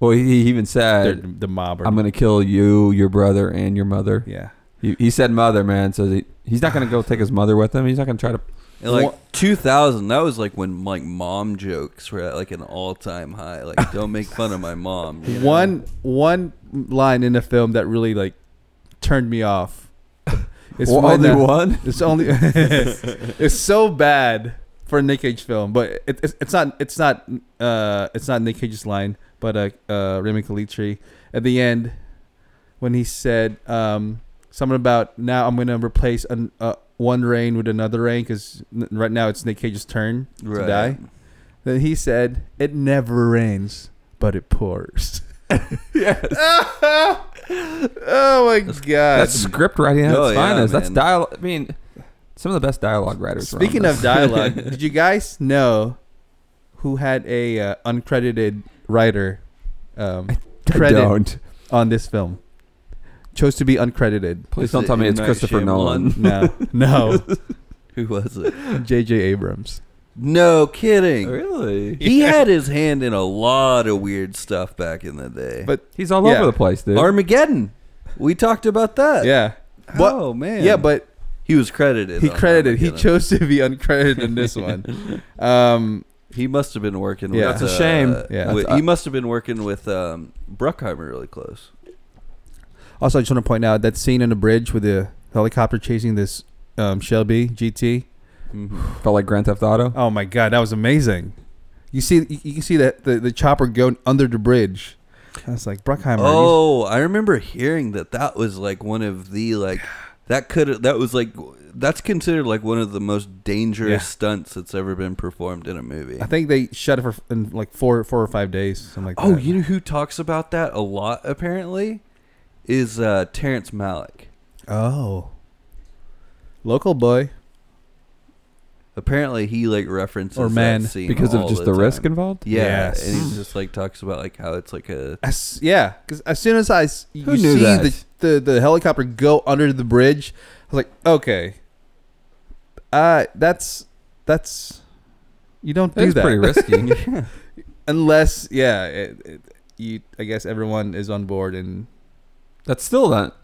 [SPEAKER 4] Well, he, he even
[SPEAKER 2] they're
[SPEAKER 4] said,
[SPEAKER 2] the mob. Or,
[SPEAKER 4] "I'm gonna kill you, your brother, and your mother."
[SPEAKER 2] yeah.
[SPEAKER 4] He, he said mother, man. So he, he's not gonna go take his mother with him. He's not gonna try to.
[SPEAKER 3] And like 2000, that was like when like mom jokes were at like an all time high. Like, don't make fun of my mom. you know?
[SPEAKER 2] One one line in the film that really like turned me off. It's
[SPEAKER 4] Well,
[SPEAKER 2] when,
[SPEAKER 4] only
[SPEAKER 2] uh,
[SPEAKER 4] one.
[SPEAKER 2] It's only. it's so bad for a Nick Cage film, but it, it's, it's not. It's not. Uh, it's not Nick Cage's line, but uh, uh, Raymond Calitri at the end when he said um, something about now I'm gonna replace an, uh, one rain with another rain because right now it's Nick Cage's turn to die. Then he said, "It never rains, but it pours."
[SPEAKER 4] Yes.
[SPEAKER 2] oh my god!
[SPEAKER 4] That's script writing at
[SPEAKER 3] Oh,
[SPEAKER 4] its
[SPEAKER 3] yeah,
[SPEAKER 4] finest. That's
[SPEAKER 3] man.
[SPEAKER 4] dialogue. I mean, some of the best dialogue writers. were on
[SPEAKER 2] Speaking
[SPEAKER 4] this.
[SPEAKER 2] of dialogue, did you guys know who had a uh, uncredited writer um,
[SPEAKER 4] I
[SPEAKER 2] credit
[SPEAKER 4] don't.
[SPEAKER 2] on this film? Chose to be uncredited.
[SPEAKER 3] Was
[SPEAKER 4] Please don't
[SPEAKER 3] it
[SPEAKER 4] tell me
[SPEAKER 3] M.
[SPEAKER 4] it's
[SPEAKER 3] Night
[SPEAKER 4] Christopher Nolan.
[SPEAKER 3] Shyamalan?
[SPEAKER 2] No, no,
[SPEAKER 3] Who was it?
[SPEAKER 2] J.J. Abrams.
[SPEAKER 3] No
[SPEAKER 2] Oh,
[SPEAKER 3] kidding.
[SPEAKER 4] Really?
[SPEAKER 3] He had his hand in a lot of weird stuff back in the day.
[SPEAKER 2] But
[SPEAKER 4] He's all
[SPEAKER 2] Yeah.
[SPEAKER 4] over the place, dude.
[SPEAKER 3] Armageddon. We talked about that.
[SPEAKER 2] yeah, But-
[SPEAKER 3] Oh man.
[SPEAKER 2] yeah, but
[SPEAKER 3] he was credited.
[SPEAKER 2] he
[SPEAKER 3] on
[SPEAKER 4] Oh
[SPEAKER 2] credited. He
[SPEAKER 3] Armageddon.
[SPEAKER 2] chose to be uncredited in this one. Um,
[SPEAKER 3] He must have been working.
[SPEAKER 2] Yeah.
[SPEAKER 3] with,
[SPEAKER 4] That's a
[SPEAKER 3] uh,
[SPEAKER 4] shame.
[SPEAKER 2] Yeah.
[SPEAKER 3] with-
[SPEAKER 4] That's-
[SPEAKER 3] he must have been working with um, Bruckheimer really close.
[SPEAKER 2] also, I just want to point out that scene in the bridge with the helicopter chasing this um, Shelby GT.
[SPEAKER 3] Mm-hmm.
[SPEAKER 4] Felt like Grand Theft Auto.
[SPEAKER 2] Oh my god, that was amazing. You see, you, you can see that the, the chopper going under the bridge. I was like Bruckheimer. he's-
[SPEAKER 3] Oh, I remember hearing that. That was like one of the like that could that was like that's considered like one of the most dangerous
[SPEAKER 2] Yeah.
[SPEAKER 3] stunts that's ever been performed in a movie.
[SPEAKER 2] I think they shut it for in like four, four or five days. Something like
[SPEAKER 3] Oh,
[SPEAKER 2] that.
[SPEAKER 3] you know who talks about that a lot apparently is uh, Terrence Malick.
[SPEAKER 2] oh, local boy.
[SPEAKER 3] Apparently, he like references
[SPEAKER 2] Or man,
[SPEAKER 3] that scene
[SPEAKER 4] because
[SPEAKER 3] all
[SPEAKER 4] of just the,
[SPEAKER 3] time.
[SPEAKER 4] risk involved.
[SPEAKER 3] Yeah,
[SPEAKER 2] Yes.
[SPEAKER 3] and he just like talks about like how it's like a
[SPEAKER 2] As, yeah, because as soon as I s- you
[SPEAKER 4] knew
[SPEAKER 2] see
[SPEAKER 4] that?
[SPEAKER 2] the, the the helicopter go under the bridge, I was like, okay, uh, that's that's you don't do
[SPEAKER 4] It's
[SPEAKER 2] that
[SPEAKER 4] pretty risky.
[SPEAKER 2] unless yeah, it, it, you. I guess everyone is on board and
[SPEAKER 4] That's still not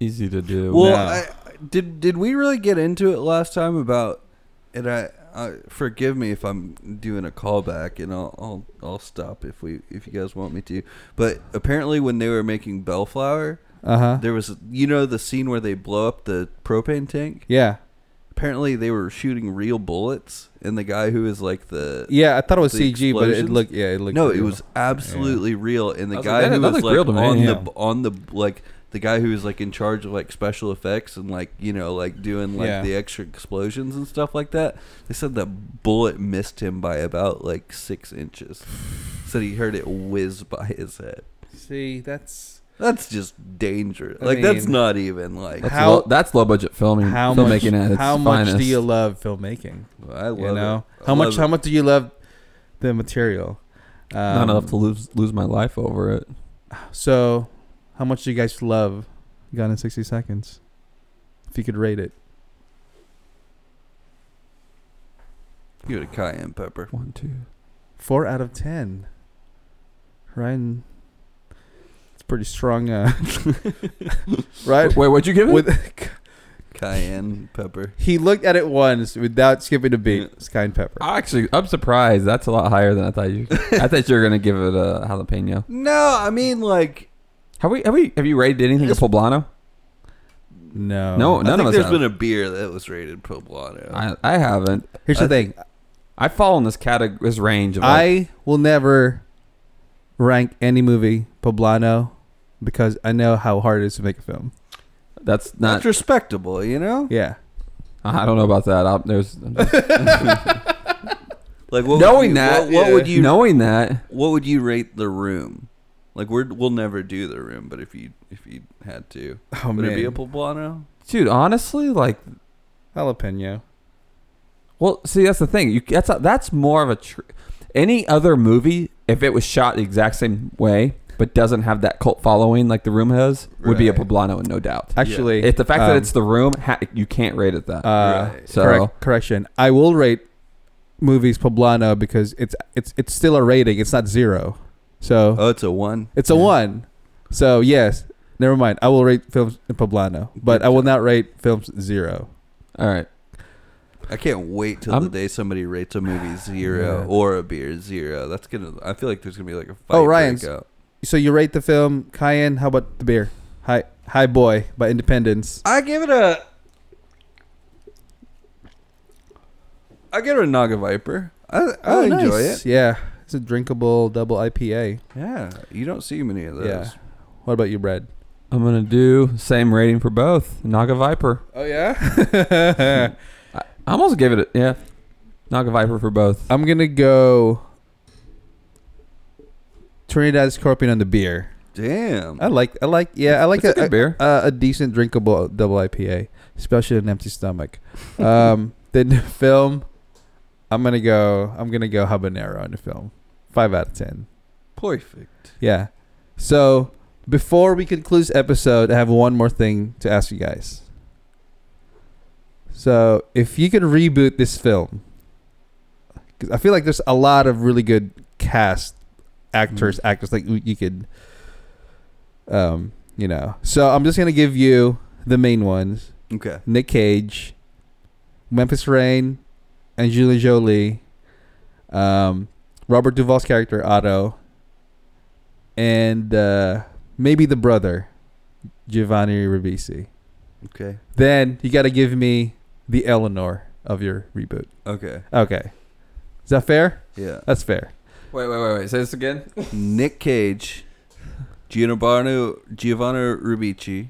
[SPEAKER 4] easy to do.
[SPEAKER 3] Well,
[SPEAKER 2] now.
[SPEAKER 3] I, did did we really get into it last time about? And I, I forgive me if I'm doing a callback, and I'll, I'll I'll stop if we if you guys want me to. But apparently, when they were making Bellflower,
[SPEAKER 2] uh huh.
[SPEAKER 3] there was you know the scene where they blow up the propane tank.
[SPEAKER 2] Yeah.
[SPEAKER 3] Apparently, they were shooting real bullets, and the guy who is like the
[SPEAKER 2] Yeah, I thought it was
[SPEAKER 3] the
[SPEAKER 2] CG, but it
[SPEAKER 3] explosions?
[SPEAKER 2] looked yeah, it looked
[SPEAKER 3] no,
[SPEAKER 2] real.
[SPEAKER 3] it was absolutely real. And
[SPEAKER 4] I
[SPEAKER 3] the
[SPEAKER 4] was
[SPEAKER 3] guy
[SPEAKER 4] like, that-
[SPEAKER 3] who
[SPEAKER 4] that
[SPEAKER 3] was
[SPEAKER 4] looked
[SPEAKER 3] like
[SPEAKER 4] real to me,
[SPEAKER 3] on
[SPEAKER 2] yeah.
[SPEAKER 3] the on the like the guy who was like in charge of like special effects and like you know like doing like
[SPEAKER 2] Yeah.
[SPEAKER 3] the extra explosions and stuff like that. They said that bullet missed him by about like six inches. Said he heard it whiz by his head.
[SPEAKER 2] See, that's
[SPEAKER 3] That's just dangerous.
[SPEAKER 2] I
[SPEAKER 3] like that's
[SPEAKER 2] mean-
[SPEAKER 3] not even like
[SPEAKER 4] that's
[SPEAKER 2] how-
[SPEAKER 4] low, that's low budget filming.
[SPEAKER 2] how much
[SPEAKER 4] filmmaking at its
[SPEAKER 2] how
[SPEAKER 4] finest.
[SPEAKER 2] much do you love filmmaking?
[SPEAKER 3] I love
[SPEAKER 2] You know,
[SPEAKER 3] it. I
[SPEAKER 2] how much
[SPEAKER 3] love
[SPEAKER 2] how
[SPEAKER 3] it.
[SPEAKER 2] much do you love the material? Um,
[SPEAKER 4] not enough to lose lose my life over it.
[SPEAKER 2] So, how much do you guys love Gone in sixty seconds? If you could rate it,
[SPEAKER 3] give it a cayenne pepper.
[SPEAKER 4] One, two.
[SPEAKER 2] four out of ten. Ryan, it's pretty strong. Uh, right?
[SPEAKER 4] Wait, what'd you give it?
[SPEAKER 2] With
[SPEAKER 3] Cayenne pepper.
[SPEAKER 2] he looked at it once without skipping a beat. It's kind pepper.
[SPEAKER 4] I actually, I'm surprised. That's a lot higher than I thought you. I thought you were gonna give it a jalapeno.
[SPEAKER 3] No, I mean like
[SPEAKER 4] Have we? Have we? Have you rated anything
[SPEAKER 3] It's-
[SPEAKER 4] a poblano?
[SPEAKER 2] No,
[SPEAKER 4] No,
[SPEAKER 3] I
[SPEAKER 4] none
[SPEAKER 3] think
[SPEAKER 4] of us
[SPEAKER 3] there's
[SPEAKER 4] have.
[SPEAKER 3] been a beer that was rated poblano.
[SPEAKER 4] I,
[SPEAKER 2] Uh,
[SPEAKER 4] I haven't.
[SPEAKER 2] Here's the thing.
[SPEAKER 4] I fall in this category, this range of. Like,
[SPEAKER 2] I will never rank any movie poblano because I know how hard it is to make a film.
[SPEAKER 4] That's not.
[SPEAKER 3] That's respectable, you know.
[SPEAKER 2] Yeah.
[SPEAKER 4] I don't know about that. i there's
[SPEAKER 3] Like what would
[SPEAKER 4] knowing
[SPEAKER 3] you,
[SPEAKER 4] that.
[SPEAKER 3] what, what would you
[SPEAKER 4] knowing that?
[SPEAKER 3] what would you rate the room? Like we're we'll never do the room, but if you if you had to,
[SPEAKER 2] Oh
[SPEAKER 3] would
[SPEAKER 2] man.
[SPEAKER 3] it be a poblano?
[SPEAKER 4] Dude, honestly, like,
[SPEAKER 2] jalapeno.
[SPEAKER 4] well, see, that's the thing. You that's that's more of a tr- any other movie if it was shot the exact same way but doesn't have that cult following like The Room has would be a
[SPEAKER 2] Right.
[SPEAKER 4] poblano, no doubt.
[SPEAKER 2] Actually,
[SPEAKER 4] It's the fact
[SPEAKER 2] um,
[SPEAKER 4] that it's The Room, ha- you can't rate it that.
[SPEAKER 2] Uh,
[SPEAKER 3] Right.
[SPEAKER 4] So-
[SPEAKER 2] correct, correction. I will rate movies poblano because it's it's it's still a rating. It's not zero, so
[SPEAKER 3] Oh, it's a one.
[SPEAKER 2] it's a one. So yes, never mind. I will rate films in poblano, but I will not rate films zero.
[SPEAKER 4] All right.
[SPEAKER 3] I can't wait till the
[SPEAKER 4] I'm-
[SPEAKER 3] day somebody rates a movie zero
[SPEAKER 4] Yeah.
[SPEAKER 3] or a beer zero. That's gonna. I feel like there's gonna be like a fight
[SPEAKER 2] Oh, Ryan's-
[SPEAKER 3] breakout.
[SPEAKER 2] So you rate the film Cayenne? How about the beer? Hi, Hi Boy by Independence.
[SPEAKER 3] I give it a. I give it a Naga Viper. I, I Oh, enjoy it.
[SPEAKER 2] Oh, Yeah, it's a drinkable double IPA.
[SPEAKER 3] Yeah, you don't see many of those.
[SPEAKER 2] Yeah. What about you, Brad?
[SPEAKER 4] I'm gonna do same rating for both. Naga Viper.
[SPEAKER 2] Oh yeah.
[SPEAKER 4] I, I almost gave it. A, yeah, Naga Viper for both.
[SPEAKER 2] I'm gonna go Trinidad Scorpion on the beer.
[SPEAKER 3] Damn.
[SPEAKER 2] I like, I like, yeah, I like
[SPEAKER 4] It's a good beer.
[SPEAKER 2] a, a decent drinkable double IPA, especially an empty stomach. Um, then the film, I'm gonna go, I'm gonna go habanero on the film, five out of ten.
[SPEAKER 3] Perfect.
[SPEAKER 2] Yeah. So before we conclude this episode, I have one more thing to ask you guys. So if you could reboot this film, 'cause I feel like there's a lot of really good cast actors, actors like you you could, um, you know. So I'm just gonna give you the main ones:
[SPEAKER 3] Okay.
[SPEAKER 2] Nick Cage, Memphis Rain, Angelina Jolie, um, Robert Duvall's character Otto, and uh, maybe the brother Giovanni Ribisi.
[SPEAKER 3] Okay.
[SPEAKER 2] Then you got to give me the Eleanor of your reboot.
[SPEAKER 3] Okay.
[SPEAKER 2] Okay, is that fair?
[SPEAKER 3] Yeah.
[SPEAKER 2] That's fair.
[SPEAKER 4] Wait, wait, wait, wait. Say this again.
[SPEAKER 3] Nick Cage, Giovanni Giovanni Rubici,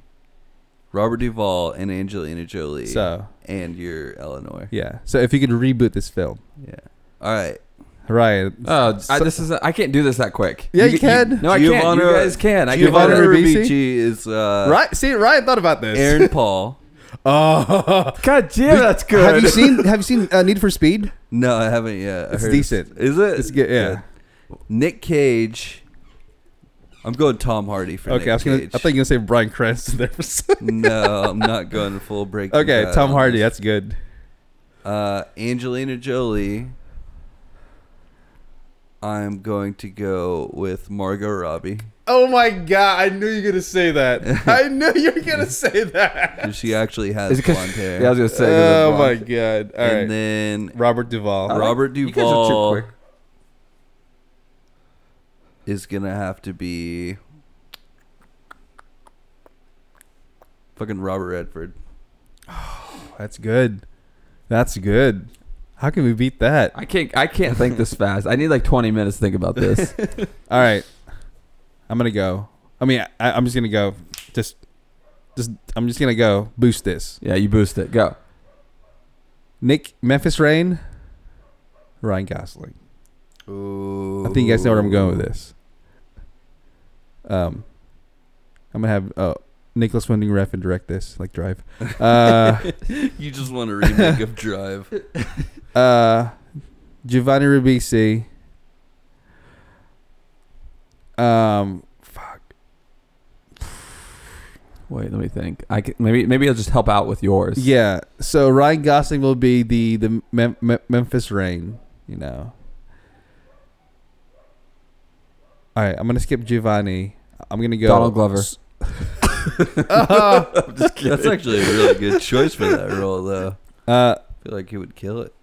[SPEAKER 3] Robert Duvall, and Angelina Jolie,
[SPEAKER 2] So
[SPEAKER 3] and your Eleanor.
[SPEAKER 2] yeah, so if you could reboot this film,
[SPEAKER 3] Yeah. All right.
[SPEAKER 2] Ryan.
[SPEAKER 4] Oh, I,
[SPEAKER 2] So-
[SPEAKER 4] this is. I can't do this that quick.
[SPEAKER 2] Yeah, you can.
[SPEAKER 4] no, I can't.
[SPEAKER 3] Giovanna-
[SPEAKER 4] You guys can. I
[SPEAKER 2] Giovanna
[SPEAKER 3] Giovanni
[SPEAKER 4] can.
[SPEAKER 2] Ribisi?
[SPEAKER 3] Rubici is uh,
[SPEAKER 2] right? See, Ryan thought about this.
[SPEAKER 3] Aaron Paul.
[SPEAKER 2] oh,
[SPEAKER 4] God damn, that's good.
[SPEAKER 2] Have you seen Have you seen uh, Need for Speed?
[SPEAKER 3] No, I haven't yet. I
[SPEAKER 2] It's
[SPEAKER 3] heard
[SPEAKER 2] decent.
[SPEAKER 3] Is it?
[SPEAKER 2] It's good, yeah.
[SPEAKER 3] Good. Nick Cage. I'm going Tom Hardy for
[SPEAKER 2] Okay,
[SPEAKER 3] Nick
[SPEAKER 2] I was gonna.
[SPEAKER 3] Cage.
[SPEAKER 2] I thought you were gonna say Brian Cranston there for a second.
[SPEAKER 3] no, I'm not going full break.
[SPEAKER 2] Okay, Tom Hardy. That's good.
[SPEAKER 3] Uh, Angelina Jolie. I'm going to go with Margot Robbie.
[SPEAKER 2] Oh my god! I knew you were gonna say that. I knew you were gonna say that.
[SPEAKER 3] 'cause She actually has
[SPEAKER 4] Is it 'cause-
[SPEAKER 3] blonde hair.
[SPEAKER 4] Yeah, I was gonna say. 'cause of
[SPEAKER 2] Oh my
[SPEAKER 4] blonde.
[SPEAKER 2] god! All
[SPEAKER 3] and
[SPEAKER 2] right,
[SPEAKER 3] then
[SPEAKER 2] Robert Duvall.
[SPEAKER 3] Uh, Robert
[SPEAKER 4] You guys are too
[SPEAKER 3] Duvall.
[SPEAKER 4] quick.
[SPEAKER 3] is gonna have to be fucking Robert Redford.
[SPEAKER 2] That's good. That's good. How can we beat that?
[SPEAKER 4] I can't. I can't think this fast. I need like 20 minutes to think about this.
[SPEAKER 2] All right, I'm gonna go. I mean, I, I'm just gonna go. Just, just. I'm just gonna go boost this.
[SPEAKER 4] yeah, you boost it. Go.
[SPEAKER 2] Nick Memphis Rain, Ryan Gosling. I think you guys know where I'm going with this. Um, I'm gonna have uh, Nicholas Winding Refn direct this, like Drive. Uh,
[SPEAKER 3] You just want a remake of Drive.
[SPEAKER 2] uh, Giovanni Ribisi. Um, fuck.
[SPEAKER 4] Wait, let me think. I can, maybe maybe I'll just help out with yours.
[SPEAKER 2] Yeah, so Ryan Gosling will be the the Mem- Mem- Memphis Rain, you know. All right, I'm gonna skip Giovanni. I'm gonna go
[SPEAKER 4] Donald Glover.
[SPEAKER 3] That's actually a really good choice for that role, though.
[SPEAKER 2] Uh,
[SPEAKER 3] I feel like he would kill it.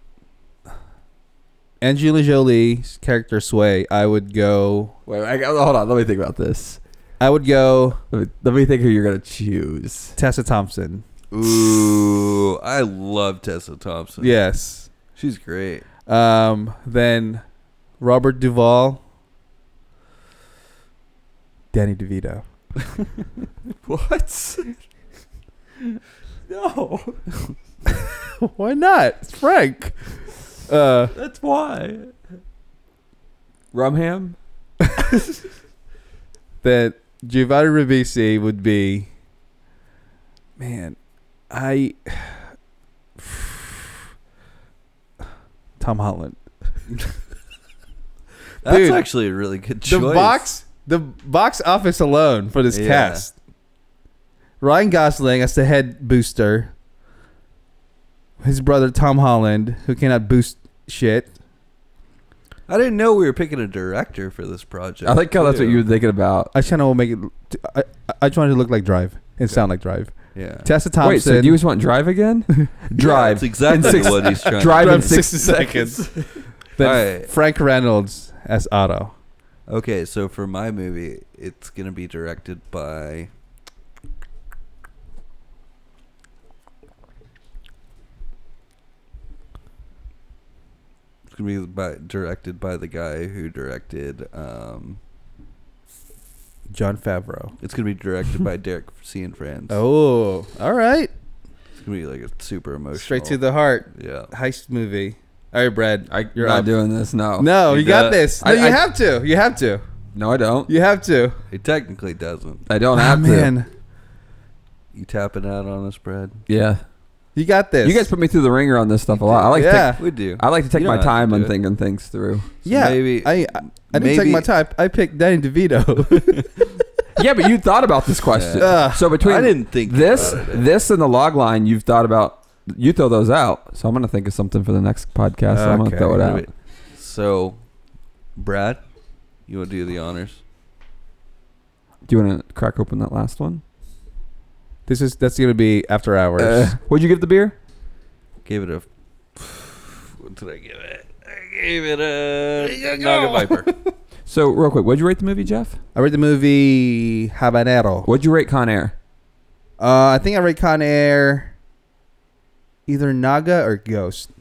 [SPEAKER 2] Angelina Jolie's character Sway, I would go.
[SPEAKER 4] Wait, I, hold on. Let me think about this.
[SPEAKER 2] I would go
[SPEAKER 4] Let me, let me think who you're gonna choose.
[SPEAKER 2] Tessa Thompson.
[SPEAKER 3] Ooh, I love Tessa Thompson.
[SPEAKER 2] Yes.
[SPEAKER 3] she's great.
[SPEAKER 2] Um. Then Robert Duvall. Danny DeVito.
[SPEAKER 4] What?
[SPEAKER 8] No,
[SPEAKER 2] Why not? It's Frank. Uh,
[SPEAKER 4] That's why. Rumham?
[SPEAKER 2] that Giovanni Ribisi would be. Man, I. Tom Holland.
[SPEAKER 3] That's
[SPEAKER 2] Dude,
[SPEAKER 3] actually a really good choice.
[SPEAKER 2] The box, the box office alone for this
[SPEAKER 3] Yeah.
[SPEAKER 2] cast. Ryan Gosling as the head booster. His brother Tom Holland, who cannot boost shit.
[SPEAKER 3] I didn't know we were picking a director for this project.
[SPEAKER 4] I like how that's what
[SPEAKER 3] too.
[SPEAKER 4] you were thinking about.
[SPEAKER 2] I just want to make it. I, I- I just want it to look like Drive and sound like Drive.
[SPEAKER 3] Yeah.
[SPEAKER 2] Tessa Thompson.
[SPEAKER 4] Wait, so do you just want drive again?
[SPEAKER 3] Yeah,
[SPEAKER 4] drive.
[SPEAKER 3] That's exactly
[SPEAKER 4] six-
[SPEAKER 3] what he's trying.
[SPEAKER 4] drive in
[SPEAKER 2] Drive
[SPEAKER 4] six
[SPEAKER 2] 60 seconds.
[SPEAKER 3] All
[SPEAKER 2] Then
[SPEAKER 3] right.
[SPEAKER 2] Frank Reynolds as Otto.
[SPEAKER 3] Okay, so for my movie, it's gonna be directed by. It's gonna be by, directed by the guy who directed. Um,
[SPEAKER 2] John Favreau.
[SPEAKER 3] it's gonna be directed by Derek C and Friends.
[SPEAKER 2] Oh, all right.
[SPEAKER 3] it's gonna be like a super emotional.
[SPEAKER 2] Straight to the heart.
[SPEAKER 3] Yeah.
[SPEAKER 2] Heist movie. All right, Brad.
[SPEAKER 4] I, you're
[SPEAKER 2] You're
[SPEAKER 4] not
[SPEAKER 2] up.
[SPEAKER 4] doing this. No.
[SPEAKER 2] no,
[SPEAKER 3] you
[SPEAKER 2] you got
[SPEAKER 3] got-
[SPEAKER 2] this. No,
[SPEAKER 4] I-
[SPEAKER 2] you
[SPEAKER 4] I-
[SPEAKER 2] have to. You have to.
[SPEAKER 4] No, I don't.
[SPEAKER 2] You have to.
[SPEAKER 3] He technically doesn't.
[SPEAKER 4] I
[SPEAKER 2] Ah,
[SPEAKER 4] don't have to.
[SPEAKER 3] You tapping out on us, Brad?
[SPEAKER 4] Yeah.
[SPEAKER 2] You got this.
[SPEAKER 4] You guys put me through the ringer on this stuff a lot. I like
[SPEAKER 2] Yeah.
[SPEAKER 4] to
[SPEAKER 3] We do.
[SPEAKER 4] take, I like to take
[SPEAKER 3] You
[SPEAKER 4] my
[SPEAKER 3] don't have to
[SPEAKER 4] time
[SPEAKER 3] do
[SPEAKER 4] on
[SPEAKER 3] it.
[SPEAKER 4] thinking things through.
[SPEAKER 2] yeah.
[SPEAKER 3] maybe-
[SPEAKER 2] I, I, I didn't take
[SPEAKER 3] maybe-
[SPEAKER 2] my time. I picked Danny DeVito.
[SPEAKER 4] yeah, but you thought about this question.
[SPEAKER 2] Yeah. Uh,
[SPEAKER 4] so between
[SPEAKER 3] I didn't think
[SPEAKER 4] this,
[SPEAKER 3] about it.
[SPEAKER 4] this, and the log line, you've thought about. You throw those out. So I'm gonna think of something for the next podcast. I'm gonna
[SPEAKER 2] Okay.
[SPEAKER 4] throw it out.
[SPEAKER 3] Wait, So, Brad, you want to do the honors?
[SPEAKER 4] Do you want to crack open that last one?
[SPEAKER 2] this is that's gonna be after hours.
[SPEAKER 4] Uh, What'd you give the beer?
[SPEAKER 3] Gave it a. What did I give it? I gave it a. Naga Viper.
[SPEAKER 4] So real quick, what'd you rate the movie, Jeff?
[SPEAKER 2] I read the movie Habanero.
[SPEAKER 4] What'd you rate Con Air?
[SPEAKER 2] Uh, I think I read Con Air. Either Naga or Ghost.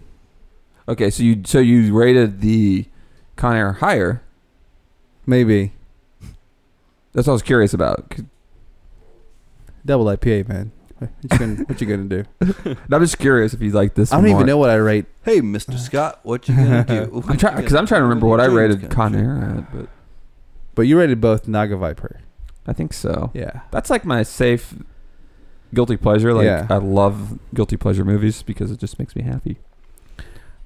[SPEAKER 4] Okay, so you so you rated the Con Air higher.
[SPEAKER 2] Maybe
[SPEAKER 4] That's what I was curious about. 'Cause-
[SPEAKER 2] double IPA, man. What you gonna, what you gonna do?
[SPEAKER 4] I'm just curious if you like this.
[SPEAKER 2] I don't
[SPEAKER 4] one
[SPEAKER 2] even
[SPEAKER 4] more.
[SPEAKER 2] know what I rate.
[SPEAKER 3] hey, Mr. Scott, what you gonna do?
[SPEAKER 4] I'm trying because I'm trying to remember what I rated Con Air at, but
[SPEAKER 2] But you rated both Naga Viper.
[SPEAKER 4] I think so.
[SPEAKER 2] Yeah.
[SPEAKER 4] That's like my safe guilty pleasure. Like
[SPEAKER 2] Yeah.
[SPEAKER 4] I love guilty pleasure movies because it just makes me happy.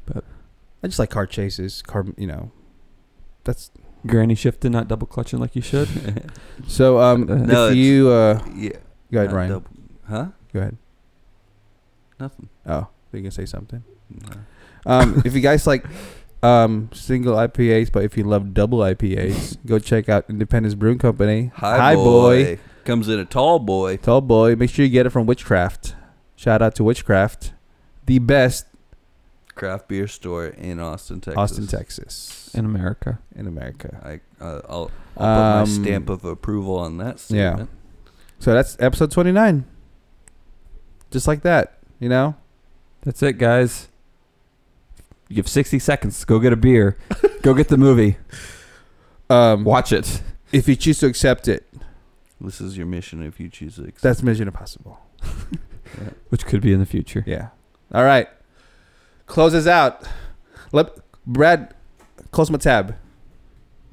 [SPEAKER 2] I just like car chases, car, you know. That's
[SPEAKER 4] Granny shifting, not double clutching like you should.
[SPEAKER 2] so. Um,
[SPEAKER 4] Uh,
[SPEAKER 3] No,
[SPEAKER 2] if
[SPEAKER 3] it's-
[SPEAKER 2] you uh,
[SPEAKER 3] Yeah.
[SPEAKER 2] go ahead,
[SPEAKER 3] not
[SPEAKER 2] Ryan.
[SPEAKER 3] double- Huh?
[SPEAKER 2] Go ahead.
[SPEAKER 3] Nothing.
[SPEAKER 2] Oh, you can say something.
[SPEAKER 3] No.
[SPEAKER 2] Um, if you guys like um single IPAs, but if you love double IPAs, go check out Independence Brewing Company.
[SPEAKER 3] Hi,
[SPEAKER 2] Hi,
[SPEAKER 3] boy.
[SPEAKER 2] boy.
[SPEAKER 3] Comes in a tall boy.
[SPEAKER 2] Tall boy, make sure you get it from Witchcraft. Shout out to Witchcraft, the best
[SPEAKER 3] Craft beer store in Austin, Texas.
[SPEAKER 2] Austin, Texas,
[SPEAKER 4] in America.
[SPEAKER 2] in America.
[SPEAKER 3] I uh, I'll, I'll put
[SPEAKER 2] Um,
[SPEAKER 3] my stamp of approval on that
[SPEAKER 2] yeah.
[SPEAKER 3] statement.
[SPEAKER 2] So that's episode twenty nine. Just like that, you know.
[SPEAKER 4] That's it, guys. You have 60 seconds. Go get a beer. Go get the movie.
[SPEAKER 2] Um,
[SPEAKER 4] Watch it.
[SPEAKER 2] if you choose to accept it,
[SPEAKER 3] This is your mission if you choose it.
[SPEAKER 2] that's Mission Impossible.
[SPEAKER 4] Which could be in the future.
[SPEAKER 2] Yeah. All right. Close us out. Let Brad close my tab.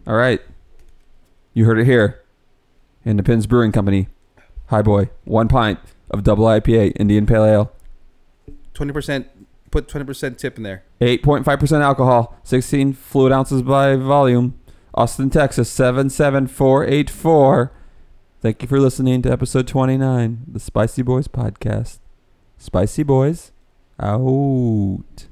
[SPEAKER 4] All right. You heard it here. In the Pins Brewing Company. Hi, boy. One pint of double IPA Indian Pale Ale.
[SPEAKER 2] Twenty percent. Put twenty percent tip in there.
[SPEAKER 4] 8.5% alcohol, 16 fluid ounces by volume. Austin, Texas, 77484. Thank you for listening to episode 29, the Spicy Boys podcast. Spicy Boys out.